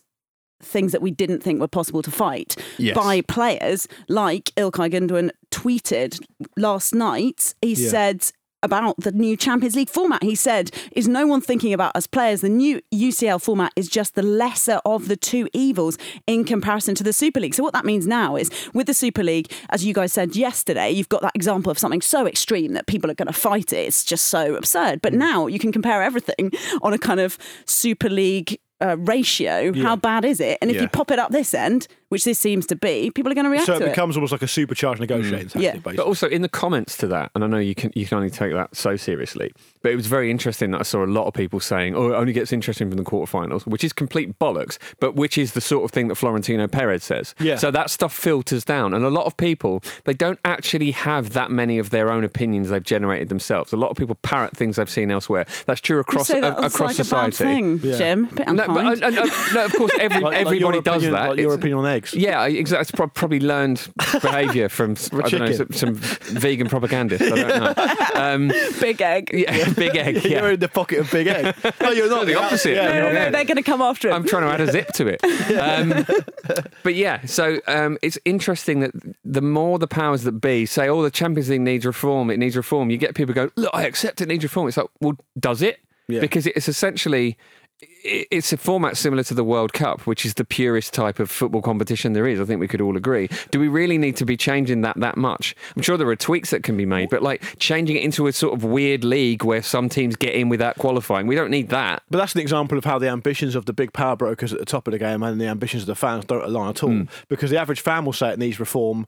Speaker 1: things that we didn't think were possible to fight
Speaker 3: Yes.
Speaker 1: by players like Ilkay Gundogan tweeted last night. He
Speaker 2: Yeah.
Speaker 1: said about the new Champions League format. He said, "Is no one thinking about us players? The new UCL format is just the lesser of the two evils in comparison to the Super League." So what that means now is with the Super League, as you guys said yesterday, you've got that example of something so extreme that people are going to fight it. It's just so absurd.
Speaker 2: Mm.
Speaker 1: But now you can compare everything on a kind of Super League uh, ratio. How bad is it? And if
Speaker 2: Yeah.
Speaker 1: you pop it up this end, which this seems to be, people are going to react
Speaker 2: So
Speaker 1: to
Speaker 2: it becomes almost like a supercharged negotiating tactic,
Speaker 1: Yeah.
Speaker 2: basically.
Speaker 3: But also in the comments to that, and I know you can you can only take that so seriously. But it was very interesting that I saw a lot of people saying, "Oh, it only gets interesting from the quarterfinals," which is complete bollocks. But which is the sort of thing that Florentino Perez says.
Speaker 2: Yeah.
Speaker 3: So that stuff filters down, and a lot of people they don't actually have that many of their own opinions they've generated themselves. A lot of people parrot things they've seen elsewhere. That's true
Speaker 1: You
Speaker 3: across
Speaker 1: say that
Speaker 3: a-
Speaker 1: it's
Speaker 3: across
Speaker 1: like
Speaker 3: society.
Speaker 1: a bad thing,
Speaker 2: Yeah.
Speaker 1: Jim. But I'm
Speaker 3: No, but,
Speaker 1: kind.
Speaker 3: and- and- and- no, of course, every,
Speaker 2: Like- like
Speaker 3: everybody
Speaker 2: your
Speaker 3: does
Speaker 2: opinion-
Speaker 3: that.
Speaker 2: Like your
Speaker 3: It's-
Speaker 2: opinion on eggs.
Speaker 3: yeah, I- exactly. It's prob- probably learned behaviour from I don't know some,
Speaker 2: chicken.
Speaker 3: some vegan propagandist. I don't know. Um,
Speaker 1: Big egg.
Speaker 3: yeah, big egg.
Speaker 2: You're
Speaker 3: Yeah.
Speaker 2: in the pocket of Big Egg. No, you're not.
Speaker 3: The
Speaker 2: You're-
Speaker 3: opposite.
Speaker 2: Yeah,
Speaker 1: No, no,
Speaker 2: you're-
Speaker 1: no, they're going to come after him.
Speaker 3: I'm trying to add a zip to it. Um, but yeah, so um, it's interesting that the more the powers that be say, oh, the Champions League needs reform, it needs reform, you get people go, look, I accept it needs reform. It's like, well, does it?
Speaker 2: Yeah.
Speaker 3: Because it's essentially. i- It's a format similar to the World Cup, which is the purest type of football competition there is. I think we could all agree. Do we really need to be changing that that much? I'm sure there are tweaks that can be made, but like changing it into a sort of weird league where some teams get in without qualifying, we don't need that.
Speaker 2: But that's an example of how the ambitions of the big power brokers at the top of the game and the ambitions of the fans don't align at all.
Speaker 3: Mm.
Speaker 2: Because the average fan will say it needs reform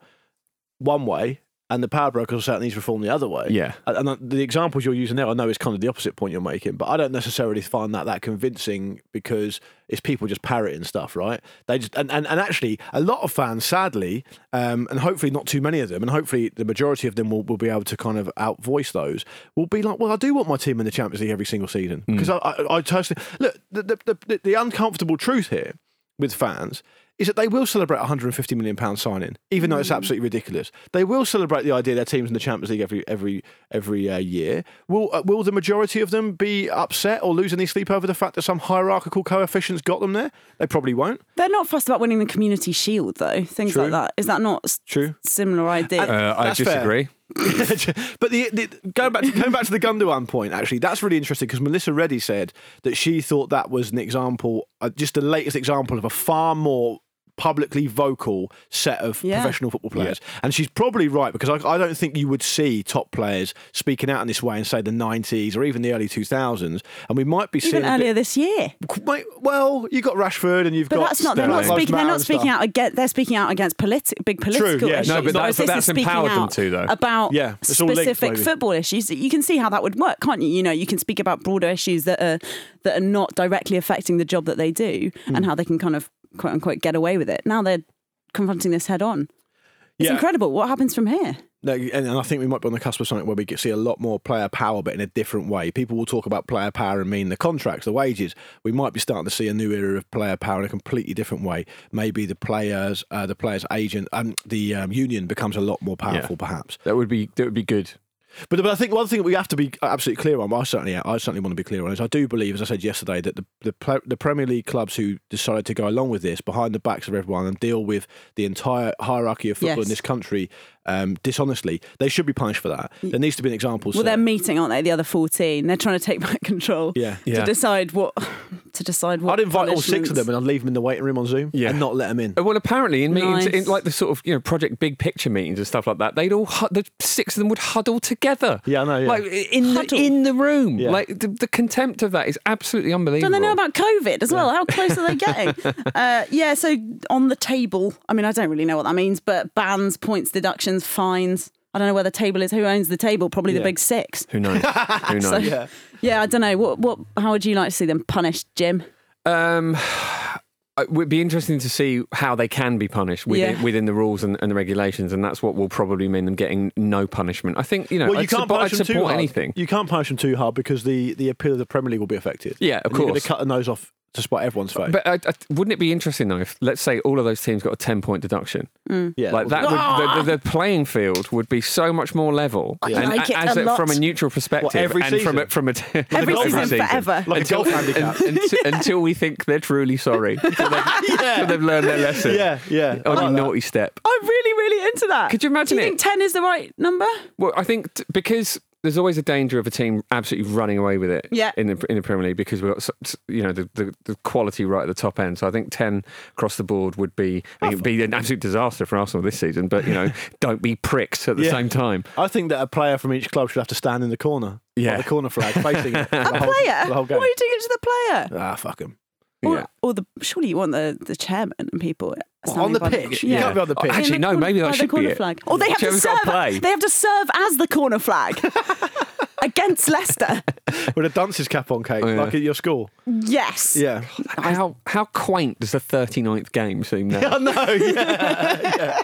Speaker 2: one way, and the power brokers will say it needs reform the other way.
Speaker 3: Yeah.
Speaker 2: And and the examples you're using there, I know is kind of the opposite point you're making, but I don't necessarily find that that convincing because it's people just parroting stuff, right? They just and, and, and actually a lot of fans, sadly, um, and hopefully not too many of them, and hopefully the majority of them will, will be able to kind of outvoice those, will be like, well, I do want my team in the Champions League every single season because I, I, I personally look the the, the- the the uncomfortable truth here with fans is that they will celebrate a 150 million pound signing, even though it's absolutely ridiculous. They will celebrate the idea their teams in the Champions League every every every uh, year. Will uh, will the majority of them be upset or lose any sleep over the fact that some hierarchical coefficients got them there? They probably won't.
Speaker 1: They're not fussed about winning the community shield, though. Things
Speaker 2: True.
Speaker 1: like that. Is that not s-
Speaker 2: True.
Speaker 1: similar idea?
Speaker 3: Uh, I
Speaker 2: That's fair.
Speaker 3: disagree.
Speaker 2: but the, the going back to, going back to the Gundogan point, actually, that's really interesting because Melissa Reddy said that she thought that was an example, uh, just the latest example of a far more publicly vocal set of
Speaker 1: Yeah.
Speaker 2: professional football players. And she's probably right because I, I don't think you would see top players speaking out in this way in say the 90s or even the early 2000s. And we might be seeing
Speaker 1: Even
Speaker 2: a
Speaker 1: earlier this year.
Speaker 2: bit- Wait, well, you've got Rashford and you've
Speaker 1: But
Speaker 2: got
Speaker 1: that's not. They're not
Speaker 2: Sterling,
Speaker 1: speaking. They're
Speaker 2: Mahrez
Speaker 1: not
Speaker 2: and
Speaker 1: speaking
Speaker 2: stuff.
Speaker 1: out against. They're speaking out against politi- big political
Speaker 2: yeah.
Speaker 1: issues.
Speaker 2: No, but
Speaker 1: whereas
Speaker 3: that's- but
Speaker 1: this
Speaker 3: that's
Speaker 1: is speaking
Speaker 3: empowered them
Speaker 1: out
Speaker 3: to, though.
Speaker 1: About
Speaker 2: Yeah, it's all linked,
Speaker 1: specific
Speaker 2: maybe.
Speaker 1: football issues. You can see how that would work, can't you? You know, you can speak about broader issues that are that are not directly affecting the job that they do,
Speaker 3: Hmm.
Speaker 1: and how they can kind of quote unquote get away with it. Now they're confronting this head on. It's
Speaker 2: Yeah.
Speaker 1: incredible. What happens from here?
Speaker 2: No, and, and I think we might be on the cusp of something where we get, see a lot more player power, but in a different way. People will talk about player power and mean the contracts, the wages. We might be starting to see a new era of player power in a completely different way. Maybe the players, uh, the players' agent, um, the um, union becomes a lot more powerful, perhaps.
Speaker 3: That would be that would be good.
Speaker 2: But, but I think one thing that we have to be absolutely clear on, I certainly, I certainly want to be clear on, is I do believe, as I said yesterday, that the the, pl- the Premier League clubs who decided to go along with this behind the backs of everyone and deal with the entire hierarchy of football
Speaker 1: Yes.
Speaker 2: in this country um, dishonestly, they should be punished for that. There needs to be an example.
Speaker 1: Well,
Speaker 2: set.
Speaker 1: they're meeting, aren't they? The other fourteen. They're trying to take back control.
Speaker 2: Yeah.
Speaker 3: Yeah.
Speaker 1: To decide what. To decide what.
Speaker 2: I'd invite all six
Speaker 1: punishments-
Speaker 2: of them and I'd leave them in the waiting room on Zoom
Speaker 3: Yeah.
Speaker 2: and not let them in.
Speaker 3: Uh, Well, apparently in meetings,
Speaker 1: Nice.
Speaker 3: in like the sort of you know project big picture meetings and stuff like that, they'd all hu- the six of them would huddle together.
Speaker 2: Yeah, I know, yeah.
Speaker 3: Like in the,
Speaker 1: Huddle.
Speaker 3: in the room.
Speaker 2: Yeah.
Speaker 3: Like the, the contempt of that is absolutely unbelievable.
Speaker 1: Don't they know about COVID as well? How close are they getting? uh, yeah, so on the table, I mean, I don't really know what that means, but bans, points, deductions, fines. I don't know where the table is. Who owns the table? Probably the
Speaker 2: Yeah.
Speaker 1: big six.
Speaker 3: Who knows? Who knows?
Speaker 1: So, yeah. I don't know. What, what, how would you like to see them punished, Jim?
Speaker 3: Um, it would be interesting to see how they can be punished within,
Speaker 1: Yeah.
Speaker 3: within the rules and, and the regulations, and that's what will probably mean them getting no punishment. I think you know.
Speaker 2: Well, you
Speaker 3: I'd
Speaker 2: can't
Speaker 3: support,
Speaker 2: punish
Speaker 3: I'd
Speaker 2: them too
Speaker 3: support
Speaker 2: hard.
Speaker 3: anything.
Speaker 2: You can't punish them too hard because the, the appeal of the Premier League will be affected.
Speaker 3: Yeah, of
Speaker 2: And You're going
Speaker 3: course.
Speaker 2: to cut the nose off to spite everyone's face.
Speaker 3: But I, I, wouldn't it be interesting though if, let's say, all of those teams got a ten point deduction?
Speaker 2: yeah,
Speaker 3: Like that, would, the, the, the playing field would be so much more level.
Speaker 1: I like it
Speaker 3: as
Speaker 1: a lot.
Speaker 3: from a neutral perspective,
Speaker 2: every
Speaker 3: and from
Speaker 2: season?
Speaker 3: a, from a t-
Speaker 1: Every
Speaker 2: golf
Speaker 1: season
Speaker 2: season.
Speaker 1: forever.
Speaker 2: Like
Speaker 3: until,
Speaker 2: a golf handicap.
Speaker 3: un- until, until we think they're truly sorry, until they've, until they've learned their lesson.
Speaker 2: yeah, yeah.
Speaker 3: on
Speaker 2: I
Speaker 3: your
Speaker 2: like that.
Speaker 3: naughty step.
Speaker 1: I'm really, really into that.
Speaker 3: Could you imagine
Speaker 1: Do you
Speaker 3: it?
Speaker 1: think ten is the right number?
Speaker 3: Well, I think t- because there's always a danger of a team absolutely running away with it
Speaker 1: Yeah.
Speaker 3: in the in the Premier League because we've got such, you know the, the, the quality right at the top end. So I think ten across the board would be I think it'd be an absolute disaster for Arsenal this season. But you know, don't be pricks at the
Speaker 2: Yeah.
Speaker 3: same time.
Speaker 2: I think that a player from each club should have to stand in the corner.
Speaker 3: Yeah.
Speaker 2: like the corner flag facing it. A
Speaker 1: Player.
Speaker 2: The whole game.
Speaker 1: Why are you doing it to the player?
Speaker 2: Ah, fuck him.
Speaker 1: Or,
Speaker 3: Yeah.
Speaker 1: or the surely you want the, the chairman and people
Speaker 2: on
Speaker 1: standing
Speaker 2: the
Speaker 1: by
Speaker 2: pitch. You can't be on the pitch.
Speaker 3: Actually,
Speaker 1: In the
Speaker 3: no, maybe
Speaker 1: corner-
Speaker 3: that
Speaker 1: by the
Speaker 3: should be
Speaker 1: corner
Speaker 3: it.
Speaker 1: flag. Or they have to
Speaker 3: Whichever's got
Speaker 1: serve.
Speaker 3: play.
Speaker 1: They have to serve as the corner flag against Leicester.
Speaker 2: With a dancer's cap on, Kate,
Speaker 3: Oh, yeah.
Speaker 2: like at your school.
Speaker 1: Yes.
Speaker 2: Yeah.
Speaker 3: How how quaint does the 39th game seem now?
Speaker 2: I know, yeah.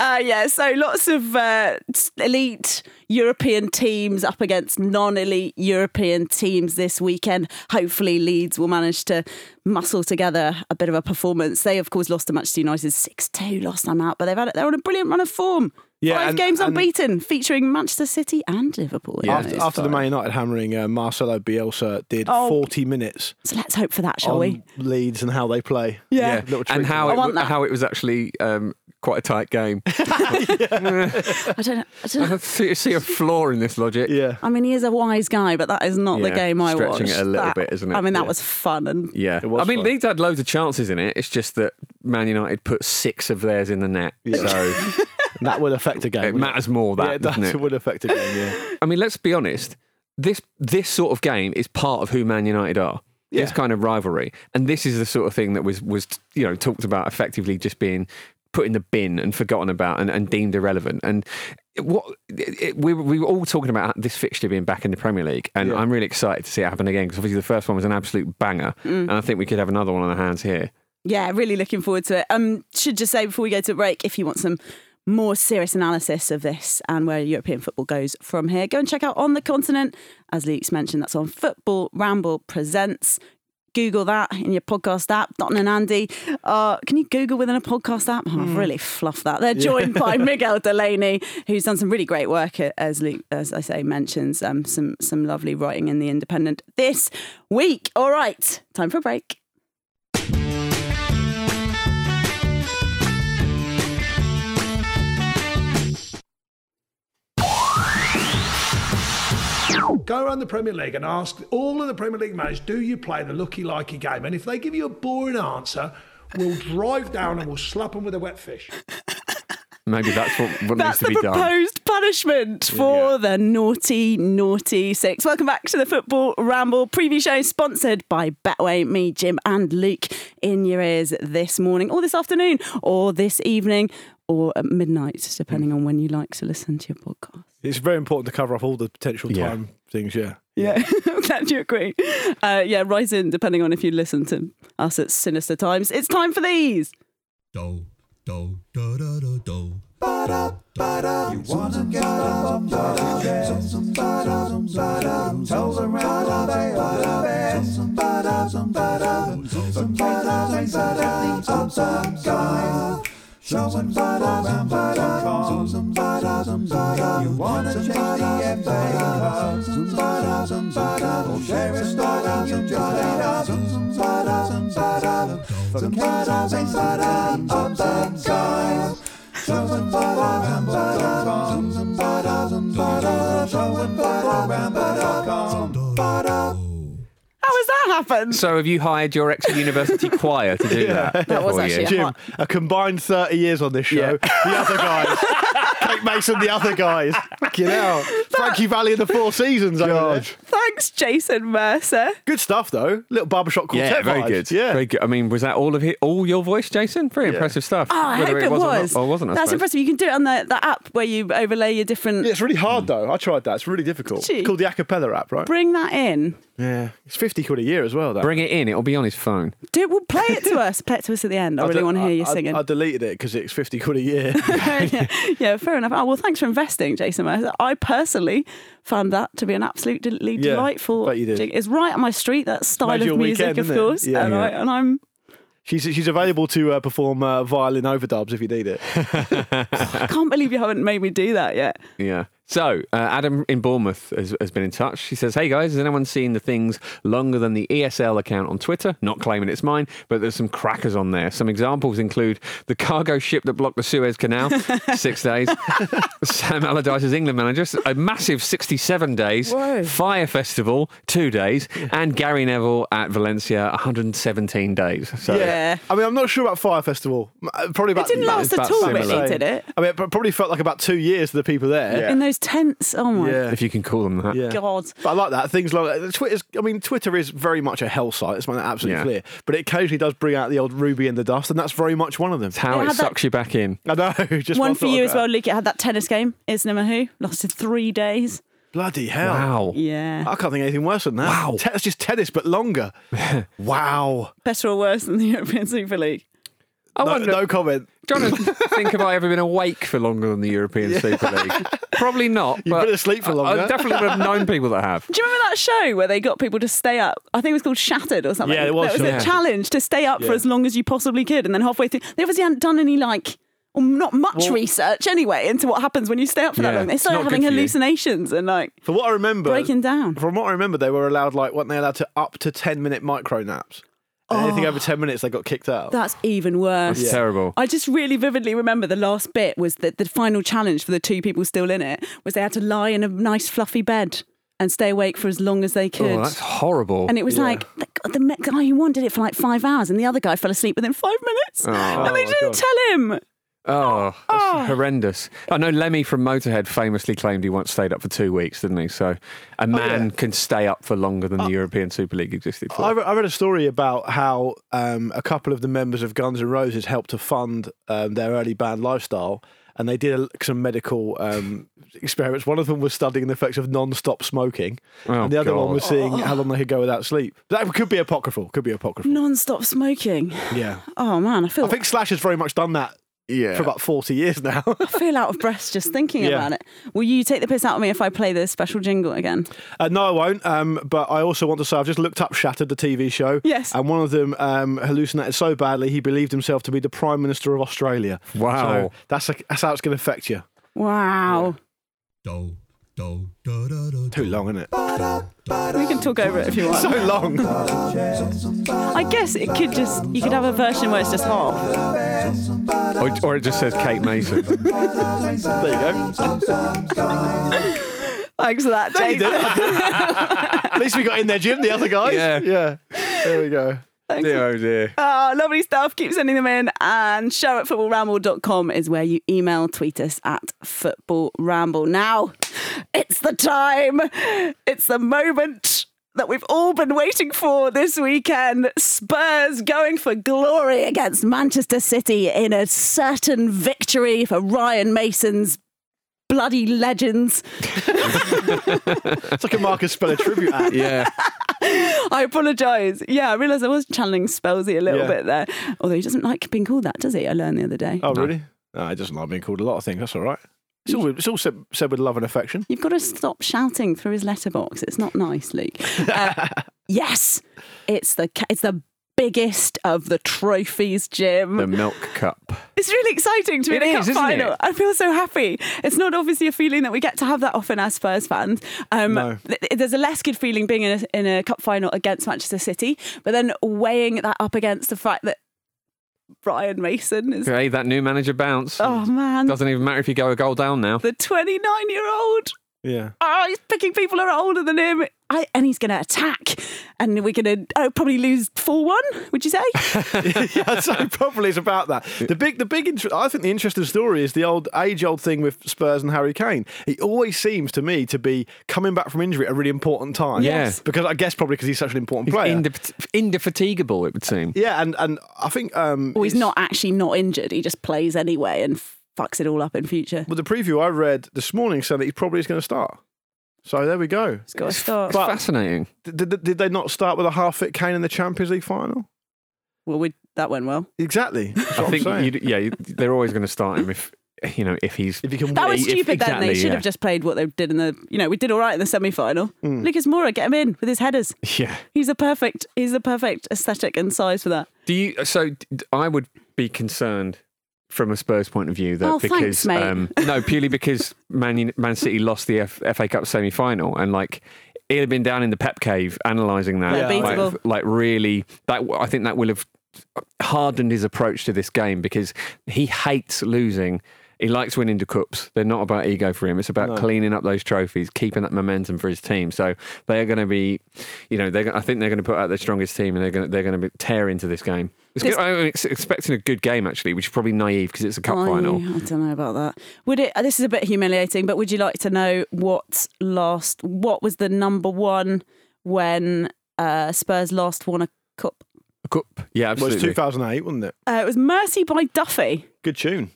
Speaker 1: Uh, yeah. So lots of uh, s- elite European teams up against non-elite European teams this weekend. Hopefully, Leeds will manage to muscle together a bit of a performance. They, of course, lost to Manchester United six-two last time out, but they've had it. They're on a brilliant run of form.
Speaker 2: Yeah,
Speaker 1: Five
Speaker 2: and-
Speaker 1: games
Speaker 2: and-
Speaker 1: unbeaten, featuring Manchester City and Liverpool. in
Speaker 2: After,
Speaker 1: those
Speaker 2: after the
Speaker 1: five.
Speaker 2: Man United hammering, uh, Marcelo Bielsa did
Speaker 1: Oh.
Speaker 2: 40 minutes
Speaker 1: So let's hope for that, shall
Speaker 2: on
Speaker 3: Um,
Speaker 1: we?
Speaker 2: Leeds and how they play.
Speaker 1: Yeah.
Speaker 2: Little
Speaker 3: and
Speaker 2: treat.
Speaker 3: how
Speaker 1: I
Speaker 3: it,
Speaker 1: want
Speaker 3: w-
Speaker 1: that.
Speaker 3: how it was actually um, quite a tight game.
Speaker 1: I don't. I don't.
Speaker 3: I see, see a flaw in this logic.
Speaker 2: Yeah.
Speaker 1: I mean, he is a wise guy, but that is not the
Speaker 3: Yeah,
Speaker 1: game I
Speaker 3: stretching
Speaker 1: watched.
Speaker 3: it a little
Speaker 1: That-
Speaker 3: bit, isn't it?
Speaker 1: I mean, that
Speaker 3: Yeah.
Speaker 1: was fun and
Speaker 3: Yeah,
Speaker 2: It was
Speaker 3: I mean,
Speaker 2: fun.
Speaker 3: Leeds had loads of chances in it. It's just that Man United put six of theirs in the net, so
Speaker 2: And that would affect a game.
Speaker 3: it
Speaker 2: wouldn't
Speaker 3: matters more
Speaker 2: yeah,
Speaker 3: that, doesn't
Speaker 2: that
Speaker 3: it?
Speaker 2: would affect a game, yeah.
Speaker 3: I mean, let's be honest. This this sort of game is part of who Man United are. This
Speaker 2: Yeah.
Speaker 3: kind of rivalry, and this is the sort of thing that was was you know talked about effectively just being put in the bin and forgotten about and, and deemed irrelevant. And what it, it- we were- we were all talking about this fixture being back in the Premier League, and
Speaker 2: Yeah.
Speaker 3: I'm really excited to see it happen again because obviously the first one was an absolute banger,
Speaker 1: Mm.
Speaker 3: and I think we could have another one on our hands here.
Speaker 1: Yeah, really looking forward to it. Um, should just say before we go to break, if you want some more serious analysis of this and where European football goes from here, go and check out On the Continent. As Luke's mentioned, that's on Football Ramble Presents. Google that in your podcast app. Dot and Andy. Uh, can you Google within a podcast app? Oh, I've really fluffed that. They're joined by Miguel Delaney, who's done some really great work, uh, as Luke, as I say, mentions um, some some lovely writing in the Independent this week. All right, time for a break.
Speaker 4: Go around the Premier League and ask all of the Premier League managers, do you play the looky likey game? And if they give you a boring answer, we'll drive down and we'll slap them with a wet fish.
Speaker 3: Maybe that's what, what needs
Speaker 1: That's
Speaker 3: to
Speaker 1: the
Speaker 3: be done.
Speaker 1: proposed punishment for the naughty, naughty six. Welcome back to the Football Ramble preview show, sponsored by Betway. Me, Jim, and Luke in your ears this morning, or this afternoon, or this evening, or at midnight, depending on when you like to listen to your podcast.
Speaker 2: It's very important to cover up all the potential
Speaker 3: Yeah.
Speaker 2: time things, yeah.
Speaker 1: Yeah, I'm glad you agree. Uh, yeah, rise in, depending on if you listen to us at sinister times. It's time for these.
Speaker 5: Do, do, do, do, do, do. Ba-da, ba-da. You wanna get up, ba-da, get some, ba-da, some, ba-da. Toes around the bay, ba-da, bay. Some, ba-da, some, ba-da. Some, ba-da, some, ba-da. Up, up, guys. Showing ba-da, some, ba-da. Some, ba-da, some, ba-da. You wanna change the empire. Some, ba-da, some, ba-da. Share a ba-da, you just made up. Some, ba-da, some, ba-da. Some, ba-da, some, ba-da. Up, up, guys. Showing ba-da, ba-da. Some, ba-da, some, ba-da. Showing ba-da, ba-da. Ba-da.
Speaker 1: How has that happened?
Speaker 3: So, have you hired your ex university choir to do that?
Speaker 1: That was
Speaker 3: for
Speaker 1: actually
Speaker 3: you?
Speaker 1: a
Speaker 2: Jim,
Speaker 1: hot-
Speaker 2: a combined 30 years on this show. The other guys. Kate Mason, the other guys. Fucking hell. Frankie Valley of the Four Seasons. over there.
Speaker 1: Thanks, Jason Mercer.
Speaker 2: Good stuff, though. Little barbershop quartet.
Speaker 3: Yeah, very
Speaker 2: vibes.
Speaker 3: good.
Speaker 2: Yeah.
Speaker 3: very good. I mean, was that all of it? All your voice, Jason? Very impressive stuff.
Speaker 1: Oh, I hope it,
Speaker 3: was,
Speaker 1: was.
Speaker 3: or, not, or wasn't. I
Speaker 1: That's
Speaker 3: suppose.
Speaker 1: impressive. You can do it on the, the app where you overlay your different.
Speaker 2: Yeah, it's really hard,
Speaker 3: Mm.
Speaker 2: though. I tried that. It's really difficult.
Speaker 1: Gee.
Speaker 2: It's called the acapella app, right?
Speaker 1: Bring that in.
Speaker 2: Yeah. It's 50 quid a year as well, though.
Speaker 3: Bring it in. It'll be on his phone.
Speaker 1: Do we'll play it to us. Play it to us at the end. I, really
Speaker 2: de-
Speaker 1: want to hear you
Speaker 2: I- I-
Speaker 1: singing.
Speaker 2: I, deleted it because it's 50 quid a year.
Speaker 1: yeah, fair enough. Oh, well, thanks for investing, Jason. Mraz." I personally found that to be an absolutely
Speaker 2: Yeah,
Speaker 1: delightful.
Speaker 2: bet you did.
Speaker 1: jig. It's right up my street. That style
Speaker 2: made your
Speaker 1: of music,
Speaker 2: weekend,
Speaker 1: of
Speaker 2: didn't it?
Speaker 1: course.
Speaker 2: Yeah.
Speaker 1: and, I, and I'm
Speaker 2: She's she's available to uh, perform uh, violin overdubs if you need it.
Speaker 1: I can't believe you haven't made me do that yet.
Speaker 3: Yeah. So, uh, Adam in Bournemouth has, has been in touch. He says, Hey guys, has anyone seen the things longer than the ESL account on Twitter? Not claiming it's mine, but there's some crackers on there. Some examples include the cargo ship that blocked the Suez Canal, six days. Sam Allardyce's England manager, a massive 67 days. Fire Festival, two days. And Gary Neville at Valencia, 117 days. So,
Speaker 1: Yeah.
Speaker 2: I mean, I'm not sure about Fire Festival. M- uh, Probably about
Speaker 1: didn't
Speaker 2: about-
Speaker 1: last
Speaker 3: at
Speaker 2: about
Speaker 3: all,
Speaker 2: the
Speaker 3: really,
Speaker 2: same.
Speaker 1: did it?
Speaker 2: I mean, it pro- probably felt like about two years to the people there.
Speaker 1: In those tents. Oh my
Speaker 2: Yeah.
Speaker 3: if you can call them that.
Speaker 2: Yeah.
Speaker 1: God.
Speaker 2: But I like that. Things like that. Twitter's. I mean, Twitter is very much a hell site. Let's make that absolutely
Speaker 3: Yeah.
Speaker 2: clear. But it occasionally does bring out the old ruby in the dust, and that's very much one of them.
Speaker 3: It's how
Speaker 1: It
Speaker 3: it,
Speaker 1: had that-
Speaker 3: sucks you back in.
Speaker 2: I know. Just
Speaker 1: One
Speaker 2: what I
Speaker 1: for
Speaker 2: thought
Speaker 1: you
Speaker 2: of
Speaker 1: as
Speaker 2: that.
Speaker 1: well, Luke. It had that tennis game, Is Number Who. Lasted three days.
Speaker 2: Bloody hell!
Speaker 3: Wow.
Speaker 1: Oh, Yeah.
Speaker 2: I can't think of anything worse than that.
Speaker 3: Wow.
Speaker 2: Te- it's just tennis, but longer. wow.
Speaker 1: Better or worse than the European Super League.
Speaker 3: I
Speaker 2: No,
Speaker 3: wonder-
Speaker 2: no comment.
Speaker 3: Trying to think have I ever been awake for longer than the European Super League? Probably not.
Speaker 2: You've
Speaker 3: but
Speaker 2: been asleep for
Speaker 3: I- I,
Speaker 2: longer.
Speaker 3: definitely would have known people that have.
Speaker 1: Do you remember that show where they got people to stay up? I think it was called Shattered or something.
Speaker 2: Yeah, it was,
Speaker 1: There was
Speaker 3: yeah.
Speaker 1: a challenge to stay up for
Speaker 2: Yeah.
Speaker 1: as long as you possibly could, and then halfway through, they obviously hadn't done any like. Or not much research anyway into what happens when you stay up for
Speaker 3: Yeah,
Speaker 1: that long. They
Speaker 3: it's
Speaker 1: started
Speaker 3: not good
Speaker 1: having
Speaker 3: for you.
Speaker 1: hallucinations and like
Speaker 2: From what I remember,
Speaker 1: breaking down.
Speaker 2: From what I remember, they were allowed like weren't they allowed to up to ten minute micro naps?
Speaker 1: Oh.
Speaker 2: And Anything over ten minutes, they got kicked out.
Speaker 1: That's even worse.
Speaker 3: That's terrible.
Speaker 1: I just really vividly remember the last bit was that the final challenge for the two people still in it was they had to lie in a nice fluffy bed and stay awake for as long as they could.
Speaker 3: Oh, that's horrible.
Speaker 1: and it was like the, the me- guy who wanted it for like five hours, and the other guy fell asleep within five minutes,
Speaker 2: Oh,
Speaker 1: and they didn't tell him.
Speaker 3: oh, that's
Speaker 1: Ah.
Speaker 3: horrendous. I know Lemmy from Motorhead famously claimed he once stayed up for two weeks, didn't he? So a
Speaker 2: Oh,
Speaker 3: man can stay up for longer than the European Super League existed for.
Speaker 2: I, re- I read a story about how um, a couple of the members of Guns N' Roses helped to fund um, their early band lifestyle, and they did a- some medical um, experiments. One of them was studying the effects of non-stop smoking,
Speaker 3: Oh,
Speaker 2: and the other
Speaker 3: God.
Speaker 2: one was seeing how long they could go without sleep. That could be apocryphal. Could be apocryphal.
Speaker 1: Non-stop smoking.
Speaker 2: Yeah,
Speaker 1: Oh man, I feel
Speaker 2: I think Slash has very much done that
Speaker 3: yeah.
Speaker 2: for about forty years now.
Speaker 1: I feel out of breath just thinking
Speaker 2: Yeah.
Speaker 1: about it. Will you take the piss out of me if I play this special jingle again?
Speaker 2: Uh, no, I won't. Um, but I also want to say I've just looked up Shattered, the TV show.
Speaker 1: Yes.
Speaker 2: And one of them um, hallucinated so badly he believed himself to be the Prime Minister of Australia.
Speaker 3: Wow.
Speaker 2: So that's, a, that's how it's going to affect you.
Speaker 1: Wow,
Speaker 5: Do, do, do, do, do,
Speaker 2: Too long, isn't it?
Speaker 1: we can talk over it if you want.
Speaker 2: so long.
Speaker 1: I guess it could just you could have a version where it's just half.
Speaker 3: or, or it just says Kate Mason.
Speaker 2: there you go.
Speaker 1: Thanks for that,
Speaker 2: There you
Speaker 1: Jason.
Speaker 2: do. At least we got in there, Jim, the other guys.
Speaker 3: Yeah.
Speaker 2: Yeah. There we go.
Speaker 1: Thanks.
Speaker 3: dear, oh dear.
Speaker 1: Oh, lovely stuff. Keep sending them in. And show at footballramble.com is where you email, tweet us at Football Ramble. Now, it's the time. It's the moment that we've all been waiting for this weekend. Spurs going for glory against Manchester City in a certain victory for Ryan Mason's bloody legends.
Speaker 2: It's like a Marcus Speller tribute act.
Speaker 3: Yeah.
Speaker 1: I apologise. Yeah, I realise I was channeling Spelsy a little
Speaker 2: Yeah.
Speaker 1: bit there. Although he doesn't like being called that, does he? I learned the other day.
Speaker 2: Oh, really? No, he doesn't like being called a lot of things. That's all right. It's all, it's all said, said with love and affection.
Speaker 1: You've got to stop shouting through his letterbox. It's not nice, Luke. Uh, yes, it's the ca- it's the biggest of the trophies, Jim.
Speaker 3: The milk cup.
Speaker 1: It's really exciting to be
Speaker 3: It
Speaker 1: in a
Speaker 3: is,
Speaker 1: cup
Speaker 3: isn't
Speaker 1: final.
Speaker 3: it?
Speaker 1: I feel so happy. It's not obviously a feeling that we get to have that often as Spurs fans. Um,
Speaker 2: No.
Speaker 1: th- there's a less good feeling being in a, in a cup final against Manchester City, but then weighing that up against the fact that Brian Mason is.
Speaker 3: Hey, that new manager bounce.
Speaker 1: Oh man,
Speaker 3: Doesn't even matter if you go a goal down now.
Speaker 1: the 29 year old.
Speaker 2: Yeah.
Speaker 1: oh, he's picking people who are older than him. I, and he's going to attack. And we're going to oh, probably lose 4 1, would you say?
Speaker 2: yeah, so probably it's about that. The big, the big, inter- I think the interesting story is the old age-old thing with Spurs and Harry Kane. He always seems to me to be coming back from injury at a really important time.
Speaker 3: Yeah. Yes.
Speaker 2: because I guess probably because he's such an important
Speaker 3: He's
Speaker 2: player.
Speaker 3: indef- indefatigable, it would seem.
Speaker 2: yeah, and and I think um,
Speaker 3: Oh,
Speaker 1: or he's
Speaker 2: it's-
Speaker 1: not actually not injured. He just plays anyway and fucks it all up in future.
Speaker 2: Well, the preview I read this morning said that he probably is going to start. So there we go.
Speaker 1: It's got to start.
Speaker 3: It's fascinating.
Speaker 2: Did, did, did they not start with a half-fit Kane in the Champions League final?
Speaker 1: well, we, that went well.
Speaker 2: Exactly. That's
Speaker 3: I
Speaker 2: what I'm
Speaker 3: think
Speaker 2: saying.
Speaker 3: you'd, yeah, you- they're always going to start him if you know, if he's
Speaker 2: If you can,
Speaker 1: That was
Speaker 3: If-
Speaker 1: stupid then. They
Speaker 3: exactly,
Speaker 1: should
Speaker 3: yeah.
Speaker 1: have just played what they did in the, you know, we did all right in the semi final.
Speaker 3: Mm.
Speaker 1: Lucas Moura, get him in with his headers.
Speaker 3: yeah.
Speaker 1: He's the perfect, he's the perfect aesthetic and size for that.
Speaker 3: Do you? So d- d- I would be concerned from a Spurs point of view that
Speaker 1: Oh,
Speaker 3: because um,
Speaker 1: thanks, mate.
Speaker 3: no, purely because Man Un- Man City lost the F, FA Cup semi final and like. It had been down in the Pep cave analysing that,
Speaker 1: Yeah.
Speaker 3: like,
Speaker 1: Beatable.
Speaker 3: like really. That I think that will have hardened his approach to this game because he hates losing. He likes winning the cups. They're not about ego for him. It's about cleaning up those trophies, keeping that momentum for his team. So they are going to be, you know, they're. gonna- I think they're going to put out their strongest team, and they're going. To, they're going to tear into this game. It's
Speaker 1: This-
Speaker 3: good. I'm ex- expecting a good game actually, which is probably naive because it's a cup
Speaker 1: Are
Speaker 3: final.
Speaker 1: you? I don't know about that. Would it? This is a bit humiliating, but would you like to know what last? What was the number one when uh, Spurs last won a cup?
Speaker 3: A cup, yeah,
Speaker 2: well, it's
Speaker 3: absolutely.
Speaker 2: 2008, wasn't it?
Speaker 1: Uh, it was Mercy by Duffy.
Speaker 2: Good tune.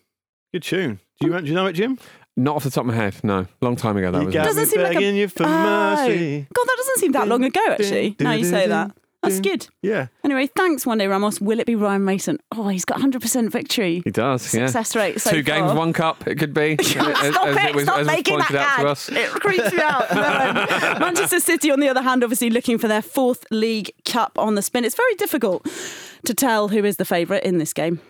Speaker 2: Good tune. Do
Speaker 3: Hmm.
Speaker 2: you, do you know it, Jim?
Speaker 3: not off the top of my head, no. Long time ago that
Speaker 2: You
Speaker 3: was.
Speaker 2: got
Speaker 1: Doesn't
Speaker 2: me
Speaker 1: seem like a-
Speaker 2: begging you for
Speaker 1: Oh.
Speaker 2: mercy.
Speaker 1: God, that doesn't seem that long ago, actually. Now you say that, that's good.
Speaker 2: Yeah.
Speaker 1: Anyway, thanks. One day, Ramos. Will it be Ryan Mason? Oh, he's got 100% victory
Speaker 3: He does. Yeah.
Speaker 1: success rate. So
Speaker 3: Two games,
Speaker 1: far.
Speaker 3: one cup. It could be.
Speaker 1: Stop it! Stop making that ad. It creeps me out. No. Manchester City, on the other hand, obviously looking for their fourth League Cup on the spin. It's very difficult to tell who is the favourite in this game.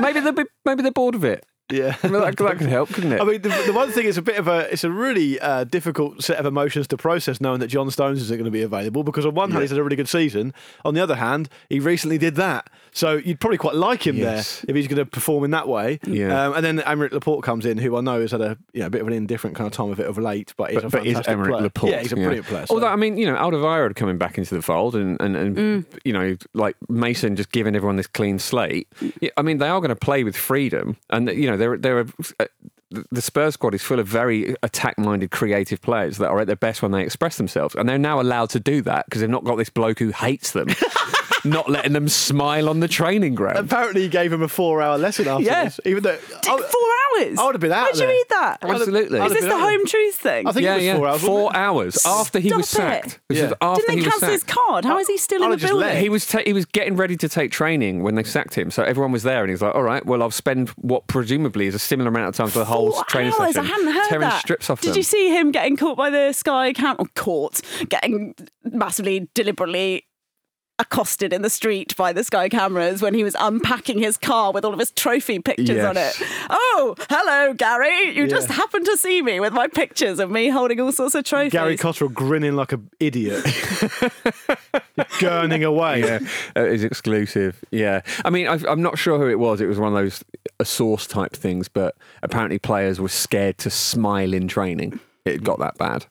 Speaker 3: maybe they're maybe they're bored of it.
Speaker 2: Yeah.
Speaker 3: Well, that, that could help, couldn't it?
Speaker 2: I mean, the, the one thing is a bit of a it's a really uh, difficult set of emotions to process, knowing that John Stones isn't going to be available because on one hand he's had a really good season, on the other hand he recently did that, so you'd probably quite like him
Speaker 3: Yes.
Speaker 2: there if he's going to perform in that way.
Speaker 3: Yeah.
Speaker 2: Um, and then Emmerich Laporte comes in, who I know has had a you know, a bit of an indifferent kind of time of it of late, but he's a
Speaker 3: but, but is
Speaker 2: fantastic
Speaker 3: Emmerich
Speaker 2: player.
Speaker 3: Laporte?
Speaker 2: Yeah, he's a brilliant player. so-
Speaker 3: Although I mean, you know, Alderweireld coming back into the fold, and and, and
Speaker 2: Mm.
Speaker 3: you know, like Mason just giving everyone this clean slate. Yeah, I mean, they are going to play with freedom, and you know, they're they're. uh, the Spurs squad is full of very attack-minded, creative players that are at their best when they express themselves, and they're now allowed to do that because they've not got this bloke who hates them, not letting them smile on the training ground.
Speaker 2: apparently he gave him a four-hour lesson after
Speaker 3: Yeah.
Speaker 2: this, even though
Speaker 1: Did four hours.
Speaker 2: I would've been out
Speaker 1: Where'd
Speaker 2: there.
Speaker 1: you read that?
Speaker 2: I'd have-
Speaker 3: Absolutely.
Speaker 2: I'd
Speaker 1: Is
Speaker 2: have
Speaker 1: this
Speaker 2: been
Speaker 1: the
Speaker 2: out there.
Speaker 1: home truth thing?
Speaker 2: I think it was four hours. wasn't
Speaker 3: four
Speaker 2: it?
Speaker 3: hours after he was
Speaker 1: Stop it.
Speaker 3: sacked. This is
Speaker 2: Yeah.
Speaker 3: after
Speaker 1: Didn't
Speaker 3: he
Speaker 1: they
Speaker 3: was
Speaker 1: cancel his
Speaker 3: sacked.
Speaker 1: card? How is he still in
Speaker 2: I'd
Speaker 1: the
Speaker 2: have just let
Speaker 1: building?
Speaker 2: him.
Speaker 3: He was ta- he was getting ready to take training when they sacked him, so everyone was there, and he's like, "All right, well, I'll spend what presumably is a similar amount of time for the whole
Speaker 1: Four
Speaker 3: training
Speaker 1: hours.
Speaker 3: session."
Speaker 1: I hadn't heard
Speaker 3: tearing
Speaker 1: that.
Speaker 3: strips off
Speaker 1: Did
Speaker 3: them.
Speaker 1: you see him getting caught by the Sky account? Or caught, getting massively, deliberately accosted in the street by the Sky cameras when he was unpacking his car with all of his trophy pictures on
Speaker 3: Yes.
Speaker 1: it. Oh, hello, Gary. You just
Speaker 2: Yeah.
Speaker 1: happened to see me with my pictures of me holding all sorts of trophies.
Speaker 2: Gary Cotterill grinning like an idiot, gurning away.
Speaker 3: yeah, uh, is exclusive. Yeah, I mean, i I'm not sure who it was. It was one of those a source type things, but apparently players were scared to smile in training. It got that bad.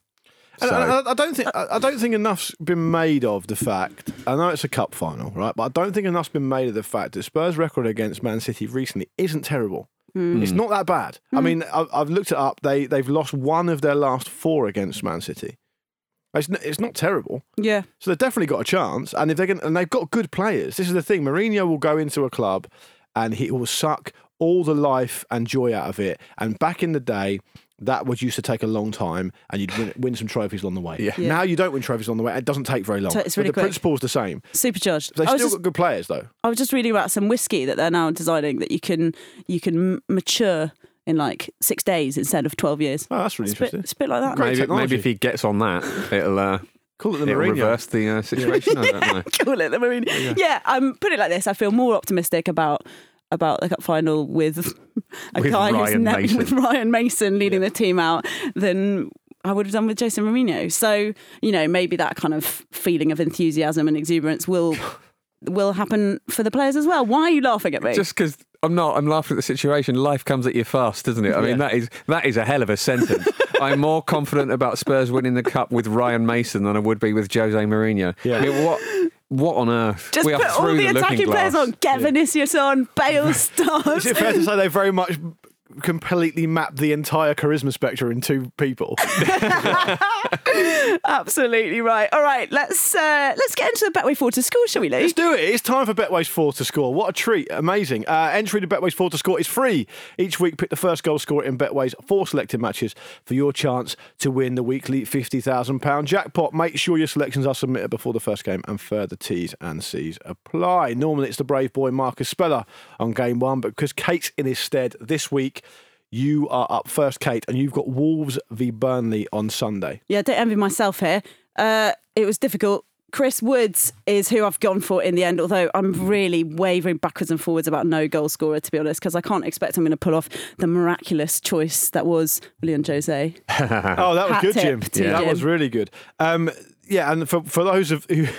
Speaker 2: And
Speaker 3: So-
Speaker 2: I, I- I don't think I I don't think enough's been made of the fact. I know it's a cup final, right? But I don't think enough's been made of the fact that Spurs' record against Man City recently isn't terrible. It's not that bad. I mean, I've, I've looked it up. They they've lost one of their last four against Man City. It's n- it's not terrible.
Speaker 1: Yeah.
Speaker 2: So they've definitely got a chance, and if they're going and they've got good players. This is the thing. Mourinho will go into a club, and he will suck all the life and joy out of it. And back in the day, that would used to take a long time, and you'd win, win some trophies along the way.
Speaker 1: Yeah.
Speaker 2: Now you don't win trophies along the way. It doesn't take very long.
Speaker 1: So it's
Speaker 2: But
Speaker 1: really
Speaker 2: the
Speaker 1: quick.
Speaker 2: principle's the same.
Speaker 1: Supercharged.
Speaker 2: They've
Speaker 1: I
Speaker 2: still
Speaker 1: was just
Speaker 2: got good players though.
Speaker 1: I was just reading about some whiskey that they're now designing that you can you can m- mature in like six days instead of twelve years.
Speaker 3: Ah,
Speaker 2: Oh, that's really
Speaker 1: It's a bit,
Speaker 2: interesting.
Speaker 1: it's a bit like that.
Speaker 2: Great
Speaker 3: Maybe,
Speaker 2: technology.
Speaker 3: maybe if he gets on that, it'll uh,
Speaker 2: Call it the
Speaker 3: it'll
Speaker 2: Mourinho.
Speaker 3: reverse the uh, situation. I don't know.
Speaker 1: Call it the marine. Yeah. um, put it like this: I feel more optimistic about about the cup final with a
Speaker 3: With
Speaker 1: guy who's
Speaker 3: Ryan
Speaker 1: never
Speaker 3: Mason.
Speaker 1: with Ryan Mason leading the team out than I would have done with Jason Mourinho. So you know, maybe that kind of feeling of enthusiasm and exuberance will will happen for the players as well. Why are you laughing at me?
Speaker 3: Just because I'm not, I'm laughing at the situation. Life comes at you fast, doesn't it? I mean, that is that is a hell of a sentence. I'm more confident about Spurs winning the cup with Ryan Mason than I would be with Jose Mourinho.
Speaker 2: Yeah.
Speaker 3: I mean, what what on earth?
Speaker 1: Just
Speaker 3: we are
Speaker 1: put all
Speaker 3: through
Speaker 1: the
Speaker 3: looking
Speaker 1: attacking players
Speaker 3: glass.
Speaker 1: on. Get Vinicius on. Bale starts.
Speaker 2: Is it fair to say they very much completely mapped the entire charisma spectrum in two people.
Speaker 1: Absolutely right. All right, let's uh, let's get into the Betway Four to School, shall we, Lou?
Speaker 2: Let's do it. It's time for Betway's Four to score. What a treat. Amazing. Uh, entry to Betway's Four to score is free. Each week, pick the first goal scorer in Betway's four selected matches for your chance to win the weekly £50,000 jackpot. Make sure your selections are submitted before the first game and further T's and C's apply. Normally, it's the brave boy Marcus Speller on game one, but because Kate's in his stead this week, you are up first, Kate, and you've got Wolves v Burnley on Sunday.
Speaker 1: Yeah, don't envy myself here. Uh, it was difficult. Chris Woods is who I've gone for in the end, although I'm really wavering backwards and forwards about no goal scorer, to be honest, because I can't expect I'm going to pull off the miraculous choice that was William Jose.
Speaker 2: Oh, that was
Speaker 1: Hat
Speaker 2: good,
Speaker 1: tip
Speaker 2: Jim.
Speaker 1: to
Speaker 2: That
Speaker 1: Jim.
Speaker 2: was really good. Um, yeah, and for, for those of who.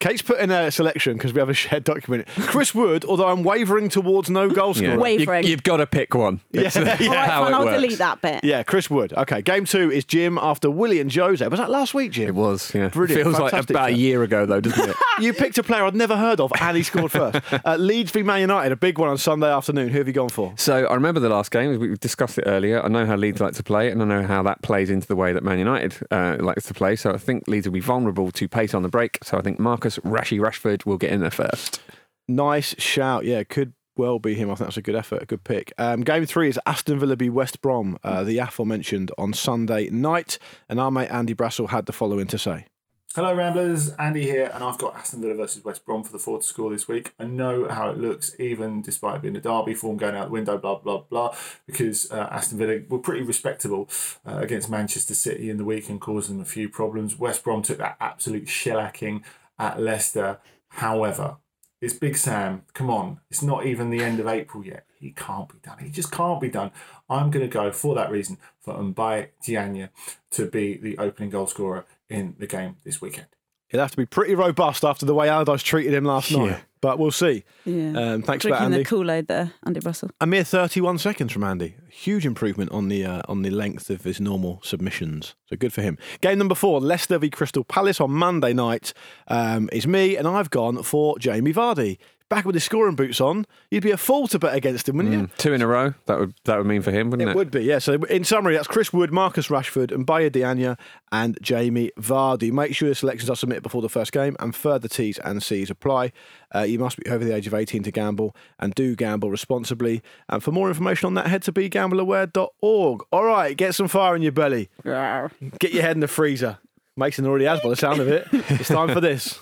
Speaker 2: Kate's put in a selection because we have a shared document. Chris Wood, although I'm wavering towards no goal scorer.
Speaker 1: Wait. Wavering.
Speaker 3: You, have got to pick one. It's
Speaker 2: Yeah.
Speaker 1: All right,
Speaker 3: how
Speaker 1: fine,
Speaker 3: it
Speaker 1: I'll
Speaker 3: works.
Speaker 1: delete that bit.
Speaker 2: Yeah, Chris Wood. Okay, game two is Jim after Willie and Jose. Was that last week, Jim?
Speaker 3: It was. Yeah.
Speaker 2: Brilliant.
Speaker 3: Feels like
Speaker 2: Fantastic
Speaker 3: about a
Speaker 2: show.
Speaker 3: year ago though, doesn't it?
Speaker 2: You picked a player I'd never heard of and he scored first. Uh, Leeds v Man United, a big one on Sunday afternoon. Who have you gone for?
Speaker 3: So I remember the last game. We discussed it earlier. I know how Leeds like to play, and I know how that plays into the way that Man United uh, likes to play. So I think Leeds will be vulnerable to pace on the break. So I think Marcus Rashi Rashford will get in there first.
Speaker 2: Nice shout. Yeah, could well be him. I think that's a good effort, a good pick. Um, game three is Aston Villa v West Brom, uh, the aforementioned on Sunday night. And our mate Andy Brassel had the following to say.
Speaker 6: Hello, Ramblers. Andy here, and I've got Aston Villa versus West Brom for the four to score this week. I know how it looks, even despite being a derby form going out the window, blah, blah, blah, because uh, Aston Villa were pretty respectable uh, against Manchester City in the week and caused them a few problems. West Brom took that absolute shellacking at Leicester. However, it's Big Sam. Come on. It's not even the end of April yet. He can't be done. He just can't be done. I'm going to go for that reason for Mbaye Diagne to be the opening goal scorer in the game this weekend.
Speaker 2: He'll have to be pretty robust after the way Allardyce treated him last
Speaker 3: Yeah.
Speaker 2: night. But we'll see.
Speaker 1: Yeah.
Speaker 2: Um, thanks for that,
Speaker 1: Drinking
Speaker 2: Andy.
Speaker 1: the Kool Aid there, Andy Russell.
Speaker 2: A mere 31 seconds from Andy. Huge improvement on the uh, on the length of his normal submissions. So good for him. Game number four, Leicester v Crystal Palace on Monday night um, is me, and I've gone for Jamie Vardy. Back with his scoring boots on, you'd be a fool to bet against him, wouldn't you?
Speaker 3: Two in a row. That would that would mean for him, wouldn't it?
Speaker 2: It would be, yeah. So in summary, that's Chris Wood, Marcus Rashford, and Bayer Diania and Jamie Vardy. Make sure your selections are submitted before the first game and further T's and C's apply. Uh, you must be over the age of 18 to gamble and do gamble responsibly. And for more information on that, head to begambleaware.org. All right, get some fire in your belly.
Speaker 1: Rawr.
Speaker 2: Get your head in the freezer. Mason already has by the sound of it. It's time for this.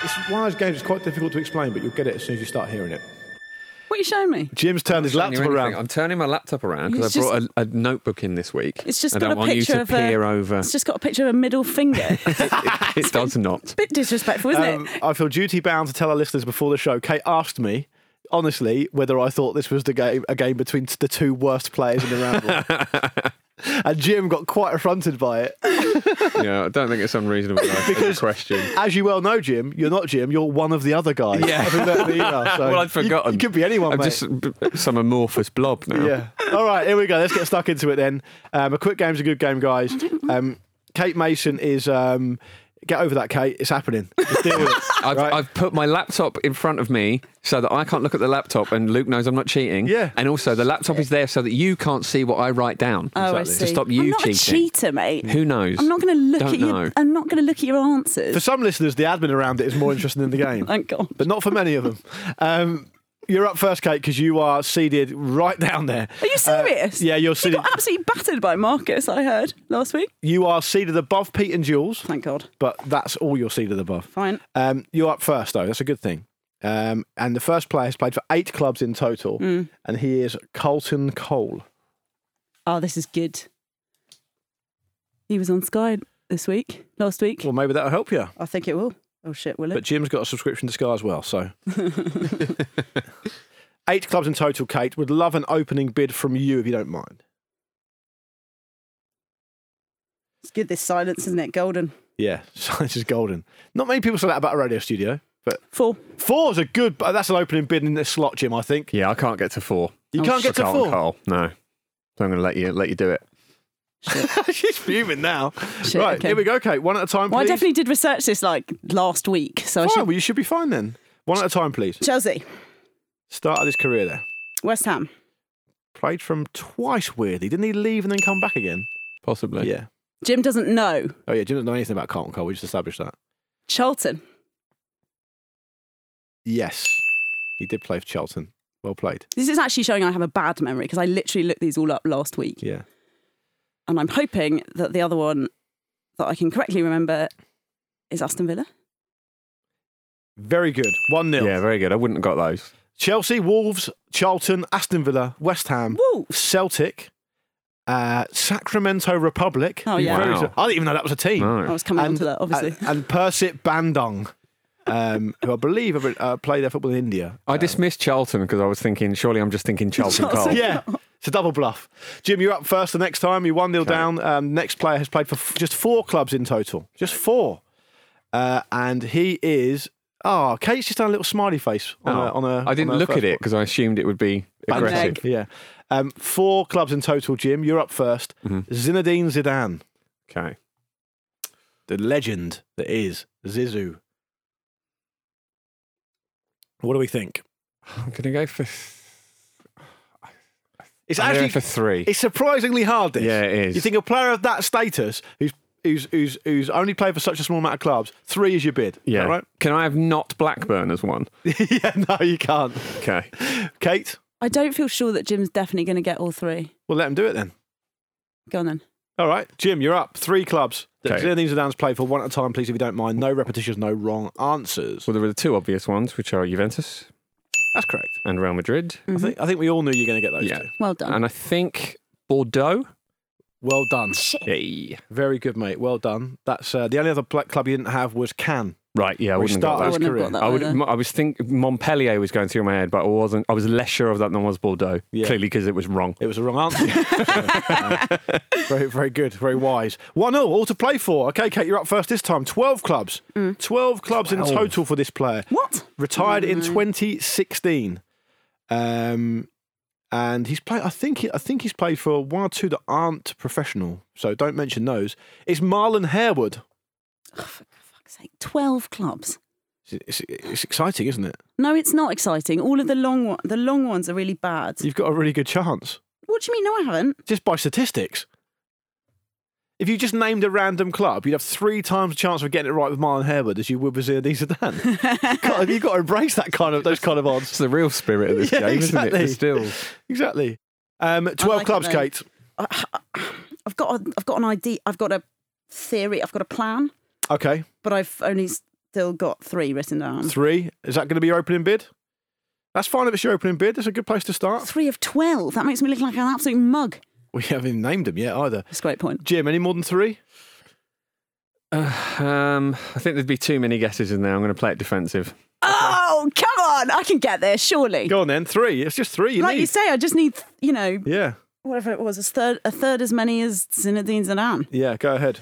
Speaker 2: It's one of those games that's quite difficult to explain, but you'll get it as soon as you start hearing it.
Speaker 1: What are you showing me?
Speaker 2: Jim's turned his
Speaker 3: Turning
Speaker 2: laptop
Speaker 3: anything.
Speaker 2: around.
Speaker 3: I'm turning my laptop around because
Speaker 1: It's
Speaker 3: I brought a, a notebook in this week.
Speaker 1: It's just
Speaker 3: I
Speaker 1: got
Speaker 3: don't
Speaker 1: a
Speaker 3: want you
Speaker 1: picture
Speaker 3: to
Speaker 1: of
Speaker 3: peer
Speaker 1: a,
Speaker 3: over.
Speaker 1: It's just got a picture of a middle finger. It's a
Speaker 3: It, it does not.
Speaker 1: bit disrespectful, isn't
Speaker 2: Um,
Speaker 1: it?
Speaker 2: I feel duty bound to tell our listeners before the show. Kate asked me, honestly, whether I thought this was the game a game between t- the two worst players in the round. and Jim got quite affronted by it.
Speaker 3: Yeah, I don't think it's unreasonable though, as a question.
Speaker 2: As you well know, Jim, you're not Jim. You're one of the other guys.
Speaker 3: Yeah.
Speaker 2: Having met me either, so
Speaker 3: well, I'd
Speaker 2: you-
Speaker 3: forgotten.
Speaker 2: You, could be anyone,
Speaker 3: I'm
Speaker 2: mate.
Speaker 3: just b- some amorphous blob now.
Speaker 2: Yeah. All right, here we go. Let's get stuck into it then. Um, a quick game's a good game, guys. Um, Kate Mason is. Um, get over that, Kate. It's happening. Just deal with it.
Speaker 3: I've,
Speaker 2: right?
Speaker 3: I've put my laptop in front of me so that I can't look at the laptop and Luke knows I'm not cheating.
Speaker 2: Yeah.
Speaker 3: And also, the laptop is there so that you can't see what I write down.
Speaker 1: Oh, I
Speaker 2: exactly.
Speaker 1: see.
Speaker 3: To stop you
Speaker 1: I'm not
Speaker 3: cheating.
Speaker 1: a cheater, mate.
Speaker 3: Who knows?
Speaker 1: I'm not going to look
Speaker 3: Don't
Speaker 1: at your.
Speaker 3: know.
Speaker 1: I'm not going to look at your answers.
Speaker 2: For some listeners, the admin around it is more interesting than the game.
Speaker 1: Thank God.
Speaker 2: but not for many of them. Um, you're up first, Kate, because you are seeded right down there.
Speaker 1: Are you serious?
Speaker 2: Uh, yeah, you're
Speaker 1: He
Speaker 2: seeded.
Speaker 1: got absolutely battered by Marcus. I heard last week.
Speaker 2: You are seeded above Pete and Jules,
Speaker 1: Thank God.
Speaker 2: but that's all you're seeded above.
Speaker 1: Fine.
Speaker 2: Um, you're up first, though. That's a good thing. Um, and the first player has played for eight clubs in total,
Speaker 1: Hmm.
Speaker 2: and he is Colton Cole.
Speaker 1: Oh, this is good. He was on Sky this week, last week.
Speaker 2: Well, maybe that'll help you.
Speaker 1: I think it will. Oh shit, will it?
Speaker 2: But Jim's got a subscription to Sky as well, so. eight clubs in total, Kate. Would love an opening bid from you if you don't mind.
Speaker 1: It's good. This silence, isn't it? Golden.
Speaker 2: Yeah, science is golden. Not many people say that about a radio studio, but
Speaker 1: Four.
Speaker 2: Four's a good. but That's an opening bid in this slot, Jim. I think
Speaker 3: Yeah, I can't get to four.
Speaker 2: you
Speaker 1: Oh,
Speaker 2: can't
Speaker 3: For
Speaker 2: get to
Speaker 3: Carlton
Speaker 2: four.
Speaker 3: Cole. No. So I'm going to let you let you do it.
Speaker 2: She's fuming now.
Speaker 1: Shit,
Speaker 2: right,
Speaker 1: okay.
Speaker 2: here we go, Kate. One at a time,
Speaker 1: Well, I
Speaker 2: please.
Speaker 1: definitely did research this like last week, so I
Speaker 2: Fine,
Speaker 1: should.
Speaker 2: well, you should be fine then. One at a time, please.
Speaker 1: Chelsea,
Speaker 2: Started his career there.
Speaker 1: West Ham,
Speaker 2: Played from twice, weirdly. Didn't he leave and then come back again?
Speaker 3: possibly.
Speaker 2: Yeah.
Speaker 1: Jim doesn't know.
Speaker 2: Oh, yeah. Jim doesn't know anything about Carlton Cole. We just established that.
Speaker 1: Charlton,
Speaker 2: Yes. He did play for Charlton. Well played.
Speaker 1: this is actually showing I have a bad memory because I literally looked these all up last week.
Speaker 2: Yeah.
Speaker 1: And I'm hoping that the other one that I can correctly remember is Aston Villa.
Speaker 2: Very good. 1 0.
Speaker 3: Yeah, very good. I wouldn't have got those.
Speaker 2: Chelsea, Wolves, Charlton, Aston Villa, West Ham,
Speaker 1: Wolves.
Speaker 2: Celtic, uh, Sacramento Republic.
Speaker 1: Oh, yeah.
Speaker 2: Very
Speaker 3: Wow.
Speaker 2: good. I didn't even know that was a team.
Speaker 3: No.
Speaker 1: I was coming on
Speaker 2: and,
Speaker 1: to that, obviously.
Speaker 2: And, and Persit Bandung, um, who I believe have, uh, play their football in India.
Speaker 3: I dismissed Charlton because I was thinking, surely I'm just thinking Charlton,
Speaker 1: Charlton.
Speaker 3: Cole.
Speaker 2: Yeah. It's a double bluff. Jim, you're up first the next time. You're 1 0 down. Um, next player has played for f- just four clubs in total. Just four. Uh, and he is. Oh, Kate's just done a little smiley face on, a, on a.
Speaker 3: Oh. I didn't
Speaker 2: on a
Speaker 3: look
Speaker 2: first
Speaker 3: at it because I assumed it would be
Speaker 2: Band
Speaker 3: aggressive.
Speaker 2: egg. Yeah. Um, four clubs in total, Jim. You're up 1st
Speaker 3: Mm-hmm.
Speaker 2: Zinedine Zidane,
Speaker 3: Okay.
Speaker 2: the legend that is Zizou. What do we think?
Speaker 3: I'm going to go for,
Speaker 2: It's
Speaker 3: I'm gonna go
Speaker 2: actually
Speaker 3: for three.
Speaker 2: it's surprisingly hard. This.
Speaker 3: Yeah, it is.
Speaker 2: You think a player of that status who's who's who's, who's only played for such a small amount of clubs, three is your bid. Is
Speaker 3: yeah.
Speaker 2: that right?
Speaker 3: Can I have not Blackburn as one?
Speaker 2: yeah. No, you can't.
Speaker 3: Okay.
Speaker 2: Kate,
Speaker 1: I don't feel sure that Jim's definitely going to get all three.
Speaker 2: we'll let him do it then.
Speaker 1: Go on then.
Speaker 2: All right, Jim, you're up. Three clubs.
Speaker 3: Okay.
Speaker 2: Zinedine Zidane's played for one at a time, please, if you don't mind. No repetitions, no wrong answers.
Speaker 3: Well, there were the two obvious ones, which are Juventus
Speaker 2: That's correct.
Speaker 3: and Real Madrid.
Speaker 2: I think I think we all knew you were going to get those
Speaker 3: Yeah.
Speaker 2: two.
Speaker 1: Well done.
Speaker 3: And I think Bordeaux.
Speaker 2: Well done.
Speaker 3: Hey.
Speaker 2: Very good, mate. Well done. That's uh, the only other pla- club you didn't have was Cannes.
Speaker 3: Right. Yeah. I
Speaker 2: which
Speaker 3: wouldn't
Speaker 2: started
Speaker 3: have got
Speaker 2: his
Speaker 3: that.
Speaker 1: wouldn't have
Speaker 2: career.
Speaker 1: got that.
Speaker 3: I would.
Speaker 1: either.
Speaker 3: I was think Montpellier was going through my head, but I wasn't. I was less sure of that than I was Bordeaux.
Speaker 2: Yeah.
Speaker 3: Clearly, because it was wrong.
Speaker 2: It was the wrong answer. very, very good. Very wise. One all, all to play for. Okay, Kate, you're up first this time. Twelve clubs. Twelve clubs in total for this player.
Speaker 1: What?
Speaker 2: Retired in 2016. Um, and he's played. I think. he- I think he's played for one or two that aren't professional. So don't mention those. It's Marlon Harewood.
Speaker 1: fuck's sake, 12 clubs.
Speaker 2: It's, it's, it's exciting, isn't it?
Speaker 1: No, it's not exciting. All of the long one, the long ones are really bad.
Speaker 2: You've got a really good chance.
Speaker 1: What do you mean? No, I haven't.
Speaker 2: just by statistics. If you just named a random club, you'd have three times the chance of getting it right with Marlon Harewood as you would with Zinedine Zidane. you've, got, you've got to embrace that kind of those kind of
Speaker 3: It's
Speaker 2: odds.
Speaker 3: the real spirit of this
Speaker 2: Yeah,
Speaker 3: game,
Speaker 2: exactly.
Speaker 3: isn't it? There's Still.
Speaker 2: Exactly. Um, Twelve
Speaker 1: like it
Speaker 2: clubs,
Speaker 1: though.
Speaker 2: Kate.
Speaker 1: I've got, a, I've got an idea. I've got a theory. I've got a plan,
Speaker 2: Okay,
Speaker 1: but I've only still got three written down.
Speaker 2: three. Is that going to be your opening bid? That's fine if it's your opening bid. That's a good place to start.
Speaker 1: Three of 12. That makes me look like an absolute mug.
Speaker 2: We haven't named them yet either.
Speaker 1: That's a great point.
Speaker 2: Jim, any more than three?
Speaker 3: Um, I think there'd be too many guesses in there. I'm going to play it defensive.
Speaker 1: Oh, come on. I can get there, surely.
Speaker 2: Go on then, three. It's just three. You
Speaker 1: like
Speaker 2: need.
Speaker 1: you say, I just need, you know,
Speaker 2: yeah,
Speaker 1: whatever it was, a third, a third as many as Zinedine Zidane.
Speaker 2: yeah. Go ahead.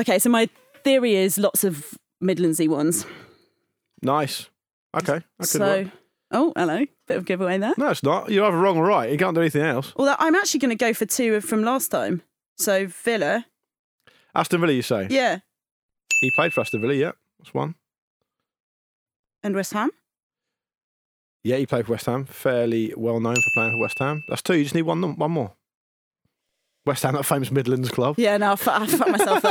Speaker 1: Okay, so my theory is lots of Midlandsy ones.
Speaker 2: Nice. Okay. That could
Speaker 1: So,
Speaker 2: work.
Speaker 1: oh, hello, bit of giveaway there.
Speaker 2: No, it's not. You're either wrong or right. You can't do anything else.
Speaker 1: Although I'm actually going to go for two from last time. So Villa,
Speaker 2: Aston Villa, you say?
Speaker 1: yeah,
Speaker 2: He played for Aston Villa, yeah. That's one.
Speaker 1: and West Ham.
Speaker 2: Yeah, he played for West Ham. Fairly well known for playing for West Ham. That's two. You just need one, one more. West Ham, that famous Midlands club.
Speaker 1: Yeah, no, I fu- I fucked myself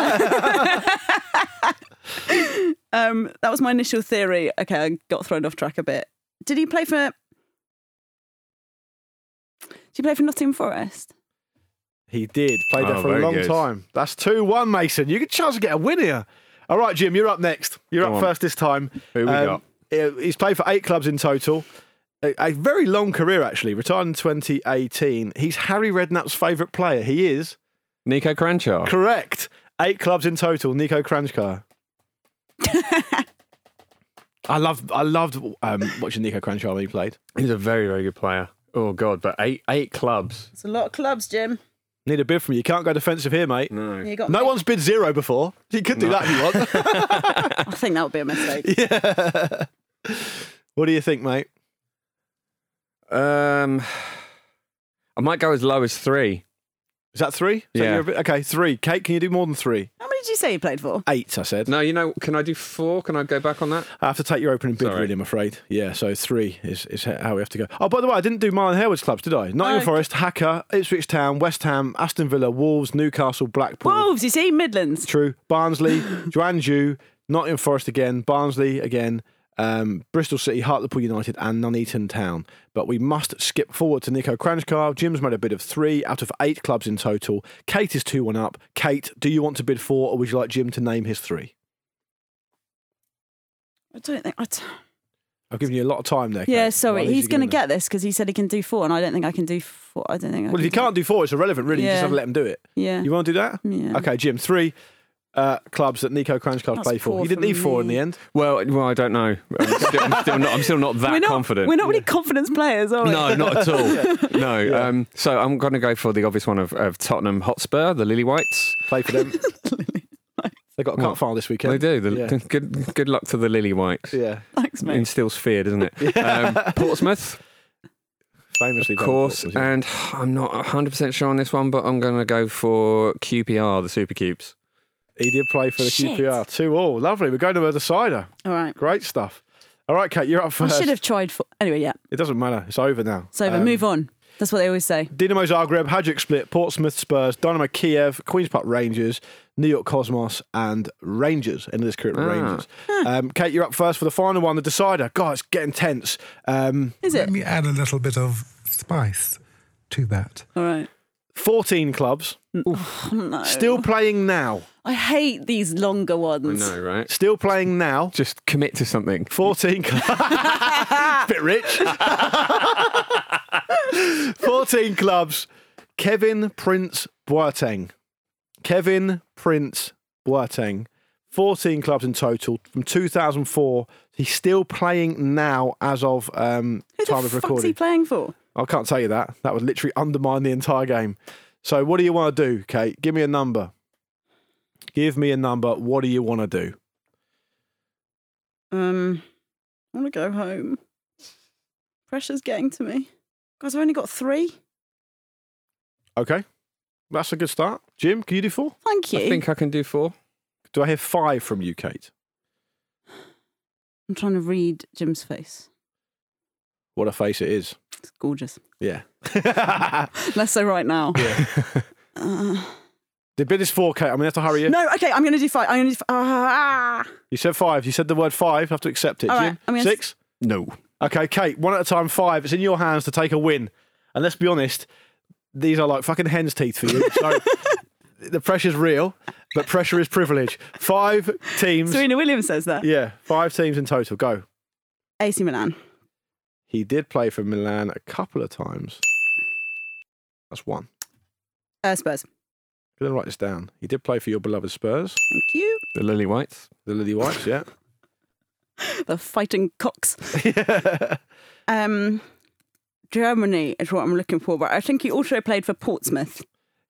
Speaker 1: there. um, that was my initial theory. Okay, I got thrown off track a bit. Did he play for? Did he play for Nottingham Forest?
Speaker 2: He did. Played there
Speaker 3: Oh,
Speaker 2: for a
Speaker 3: very
Speaker 2: long
Speaker 3: good.
Speaker 2: time. That's 2 1, Mason. You get a chance to get a win here. All right, Jim, you're up next. You're
Speaker 3: Go
Speaker 2: up
Speaker 3: on.
Speaker 2: first this time. Um,
Speaker 3: Who we got?
Speaker 2: he- He's played for eight clubs in total. A, a very long career, actually. Retired in 2018. He's Harry Redknapp's favourite player. He is
Speaker 3: Nico Cranchar.
Speaker 2: correct. Eight clubs in total. Nico Kranjkar. I loved I loved um, watching Nico Crenshaw when he played.
Speaker 3: He's a very, very good player. Oh God, but eight eight clubs.
Speaker 1: It's a lot of clubs, Jim.
Speaker 2: Need a bid from you. Can't go defensive here, mate. No,
Speaker 1: You got
Speaker 2: one's bid zero before. You could do that if you want.
Speaker 1: I think that would be a mistake.
Speaker 2: yeah. What do you think, mate?
Speaker 3: Um, I might go as low as three.
Speaker 2: Is that three? Is that
Speaker 3: Yeah.
Speaker 2: your bid? okay, three. Kate, can you do more than three?
Speaker 1: How many did you say you played for?
Speaker 2: Eight, I said.
Speaker 3: No, you know, can I do four? Can I go back on that?
Speaker 2: I have to take your opening bid,
Speaker 3: Sorry.
Speaker 2: really, I'm afraid. Yeah, so three is, is how we have to go. Oh, by the way, I didn't do Marlon Harewood's clubs, did I? Nottingham
Speaker 1: No.
Speaker 2: Forest, Hacker, Ipswich Town, West Ham, Aston Villa, Wolves, Newcastle, Blackpool.
Speaker 1: Wolves, you see, Midlands.
Speaker 2: True. Barnsley, Joanju, Nottingham Forest again, Barnsley again, um, Bristol City, Hartlepool United, and Nuneaton Town. But we must skip forward to Nico Kranjkar. Jim's made a bid of three out of eight clubs in total. Kate is 2 1 up. Kate, do you want to bid four or would you like Jim to name his three?
Speaker 1: I don't think. I t-
Speaker 2: I've given you a lot of time there. Kate.
Speaker 1: yeah,
Speaker 2: Why
Speaker 1: sorry.
Speaker 2: did you
Speaker 1: He's
Speaker 2: give
Speaker 1: going to
Speaker 2: him
Speaker 1: get this because he said he can do four, and I don't think I can do four. I don't think. I
Speaker 2: that? Well, if you
Speaker 1: can
Speaker 2: can't do four, it's irrelevant, really. You just
Speaker 1: Yeah.
Speaker 2: have to let him do it.
Speaker 1: do- Yeah.
Speaker 2: You want to do that?
Speaker 1: Yeah.
Speaker 2: Okay, Jim, three uh, clubs that Nico Kranjkar
Speaker 1: That's
Speaker 2: played for.
Speaker 1: poor
Speaker 2: He didn't
Speaker 1: from
Speaker 2: need four in
Speaker 1: me.
Speaker 2: the end.
Speaker 3: Well, well, I don't know. I'm still, I'm still not. I'm still not that
Speaker 1: we're not,
Speaker 3: confident.
Speaker 1: We're not really confidence players, are we?
Speaker 3: no, not at all. No. Um, so I'm going to go for the obvious one of, of Tottenham Hotspur, the Lily Whites.
Speaker 2: Played for them. they got a cup
Speaker 3: What?
Speaker 2: final this weekend.
Speaker 3: They do. The,
Speaker 2: Yeah.
Speaker 3: Good good luck to the Lily Whites.
Speaker 2: Yeah,
Speaker 1: Thanks, mate.
Speaker 3: Instills fear, doesn't it? Um, Portsmouth,
Speaker 2: famously.
Speaker 3: of
Speaker 2: done
Speaker 3: course,
Speaker 2: Portsmouth, yeah.
Speaker 3: and I'm not 100% sure on this one, but I'm going to go for QPR, the Super Cubes.
Speaker 2: he did play for the
Speaker 1: Shit.
Speaker 2: QPR. Two all, lovely. We're going to a decider.
Speaker 1: All right.
Speaker 2: Great stuff. All right, Kate, you're up
Speaker 1: I
Speaker 2: first.
Speaker 1: should have tried four. Anyway, yeah.
Speaker 2: It doesn't matter. It's over now.
Speaker 1: It's over.
Speaker 2: Um,
Speaker 1: Move on. That's what they always say.
Speaker 2: Dinamo Zagreb, Hajduk Split, Portsmouth Spurs, Dynamo Kiev, Queens Park Rangers, New York Cosmos, and Rangers. End of this career at
Speaker 3: Ah.
Speaker 2: Rangers. Um, Kate, you're up first for the final one, the decider. God, it's getting tense. Um,
Speaker 1: Is it?
Speaker 7: Let me add a little bit of spice to that.
Speaker 1: All right.
Speaker 2: 14 clubs,
Speaker 1: oh, No.
Speaker 2: still playing now.
Speaker 1: I hate these longer ones.
Speaker 3: No, right?
Speaker 2: Still playing now.
Speaker 3: Just commit to something.
Speaker 2: 14 clubs. Bit rich. 14 clubs. Kevin Prince Boateng. Kevin Prince Boateng. 14 clubs in total from 2004. He's still playing now as of um,
Speaker 1: Who
Speaker 2: time
Speaker 1: the
Speaker 2: of
Speaker 1: fuck's he
Speaker 2: recording.
Speaker 1: playing for?
Speaker 2: I can't tell you that. That would literally undermine the entire game. So, what do you want to do, Kate? Give me a number. Give me a number. What do you want to do?
Speaker 1: Um, I want to go home. Pressure's getting to me. Guys, I've only got three.
Speaker 2: Okay. That's a good start. Jim, can you do four?
Speaker 1: Thank you.
Speaker 3: I think I can do four.
Speaker 2: Do I hear five from you, Kate?
Speaker 1: I'm trying to read Jim's face.
Speaker 2: What a face it is.
Speaker 1: It's gorgeous.
Speaker 2: Yeah.
Speaker 1: Less so right now. Uh,
Speaker 2: the bid is four, Kate. I'm going to have to hurry you.
Speaker 1: No, okay, I'm going to do five. I'm going to do Ah. five.
Speaker 2: You said five. You said the word five. I have to accept it.
Speaker 1: All right,
Speaker 2: Jim?
Speaker 1: I'm gonna-
Speaker 2: Six?
Speaker 3: No.
Speaker 2: Okay, Kate, one at a time, five. It's in your hands to take a win. And let's be honest, these are like fucking hen's teeth for you. So the pressure's real, but pressure is privilege. Five teams.
Speaker 1: Serena Williams says that.
Speaker 2: Yeah, five teams in total. Go.
Speaker 1: AC Milan.
Speaker 2: He did play for Milan a couple of times. That's one.
Speaker 1: Uh, Spurs.
Speaker 2: I'm going to write this down. He did play for your beloved Spurs,
Speaker 1: Thank you.
Speaker 3: The Lily Whites.
Speaker 2: the Lily Whites, yeah.
Speaker 1: The fighting cocks. Um, Germany is what I'm looking for, but I think he also played for Portsmouth.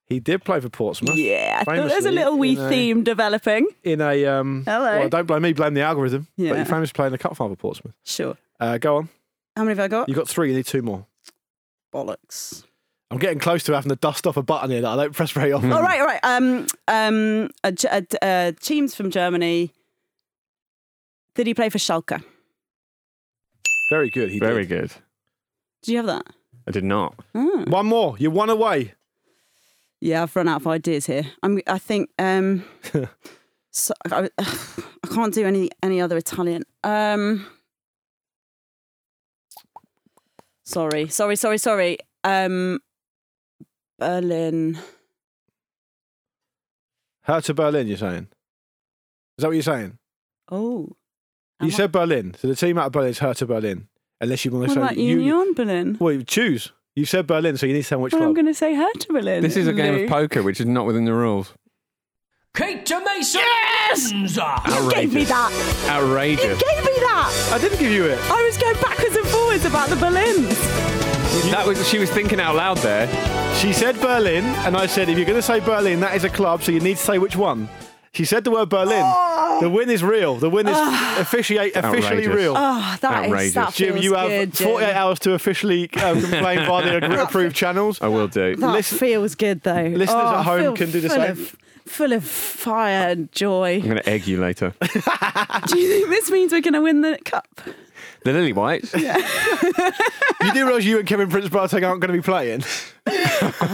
Speaker 2: He did play for Portsmouth
Speaker 1: Yeah, I thought there's a
Speaker 2: famously
Speaker 1: little wee
Speaker 2: in a-
Speaker 1: theme developing.
Speaker 2: in a. Um,
Speaker 1: Hello.
Speaker 2: Well, don't blame me, blame the algorithm. But
Speaker 1: Yeah.
Speaker 2: he famously played in the cup final for Portsmouth.
Speaker 1: Sure.
Speaker 2: Uh, go on.
Speaker 1: How many have I got?
Speaker 2: You got three. You need two more.
Speaker 1: Bollocks.
Speaker 2: I'm getting close to having to dust off a button here that I don't press very often.
Speaker 3: Mm-hmm.
Speaker 1: All right, all right. Um, um, uh, G- uh, d- uh, teams from Germany. Did he play for Schalke?
Speaker 2: Very good. He
Speaker 3: Very
Speaker 2: did.
Speaker 3: good.
Speaker 1: Do you have that?
Speaker 3: I did not.
Speaker 1: Oh.
Speaker 2: One more. You're one away.
Speaker 1: Yeah, I've run out of ideas here. I'm. I think. Um, so, I, I can't do any any other Italian. Um, sorry, sorry, sorry, sorry. Um, Berlin.
Speaker 2: Hertha Berlin. You're saying? Is that what you're saying?
Speaker 1: Oh,
Speaker 2: you
Speaker 1: Am I-
Speaker 2: said Berlin. So the team out of Berlin is Hertha Berlin. Unless you want to
Speaker 1: what
Speaker 2: say
Speaker 1: about
Speaker 2: you-
Speaker 1: Union Berlin?
Speaker 2: Well, you choose. You said Berlin, so you need to tell which
Speaker 1: Well, I'm
Speaker 2: club.
Speaker 1: going to say Hertha Berlin.
Speaker 3: This is a game of
Speaker 1: Luke.
Speaker 3: poker, which is not within the rules.
Speaker 8: Kate to Mason. Yes!
Speaker 1: You gave me
Speaker 3: Outrageous.
Speaker 1: that. You
Speaker 3: Outrageous.
Speaker 1: gave me that.
Speaker 2: I didn't give you it.
Speaker 1: I was going backwards and forwards about the Berlins.
Speaker 3: That was, she was thinking out loud there.
Speaker 2: She said Berlin, and I said, if you're going to say Berlin, that is a club, so you need to say which one. She said the word Berlin.
Speaker 1: Oh.
Speaker 2: The win is real. The win is officiate, officially
Speaker 3: Outrageous.
Speaker 2: real.
Speaker 1: Ah. Oh, that is
Speaker 3: Outrageous.
Speaker 1: that
Speaker 2: Jim,
Speaker 1: feels
Speaker 2: you have
Speaker 1: good, Jim.
Speaker 2: 48 hours to officially uh, complain via the approved channels.
Speaker 3: I will do.
Speaker 1: That
Speaker 2: Listen-
Speaker 1: feels good though.
Speaker 2: listeners
Speaker 1: Oh,
Speaker 2: at
Speaker 1: I
Speaker 2: home
Speaker 1: feel
Speaker 2: can do the
Speaker 1: full
Speaker 2: same.
Speaker 1: Of, full of fire and
Speaker 3: I'm
Speaker 1: joy.
Speaker 3: going to egg you later.
Speaker 1: Do you think this means we're going to win the cup?
Speaker 3: The Lily Whites.
Speaker 2: You do realise you and Kevin Prince Boateng aren't going to be playing.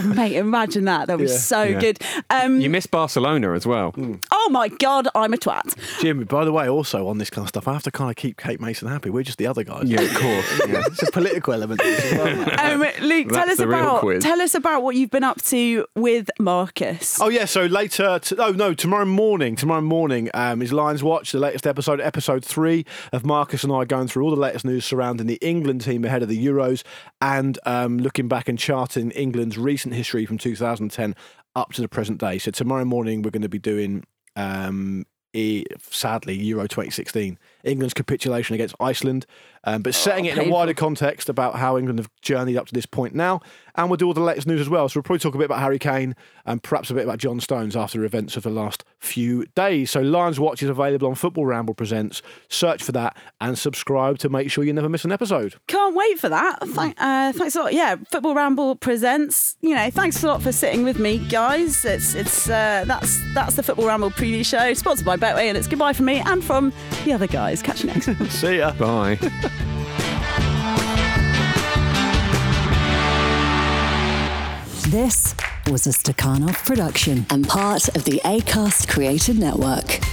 Speaker 1: Mate, imagine that. That would be
Speaker 2: Yeah.
Speaker 1: so
Speaker 3: Yeah.
Speaker 1: good. Um,
Speaker 3: You miss Barcelona as well.
Speaker 1: oh my God, I'm a twat.
Speaker 2: Jim, by the way, also on this kind of stuff, I have to kind of keep Kate Mason happy. We're just the other guys.
Speaker 3: Yeah, of course. Yeah.
Speaker 2: It's a political element. to this as well, mate.
Speaker 1: Um, Luke, tell
Speaker 3: That's
Speaker 1: us
Speaker 3: the real
Speaker 1: about
Speaker 3: quiz.
Speaker 1: tell us about what you've been up to with Marcus.
Speaker 2: Oh yeah, so later. T- oh no, tomorrow morning. Tomorrow morning um, is Lions Watch, the latest episode, episode three of Marcus and I going through all the latest news surrounding the England team ahead of the Euros and um, looking back and charting England's recent history from 2010 up to the present day. So tomorrow morning we're going to be doing. Um, e- sadly, Euro 2016, England's capitulation against Iceland, um, but setting it in a
Speaker 1: painful.
Speaker 2: wider context about how England have journeyed up to this point now. And we'll do all the latest news as well. So we'll probably talk a bit about Harry Kane and perhaps a bit about John Stones after the events of the last few days. So Lions Watch is available on Football Ramble Presents. Search for that and subscribe to make sure you never miss an episode.
Speaker 1: Can't wait for that. Thank, uh, thanks a lot. Yeah, Football Ramble presents. You know, thanks a lot for sitting with me, guys. It's it's uh, that's that's the Football Ramble preview show, sponsored by Betway, and it's goodbye from me and from the other guys. Catch you next. time.
Speaker 2: See ya.
Speaker 3: Bye.
Speaker 9: This was a Stakhanov production and part of the ACAST Creative Network.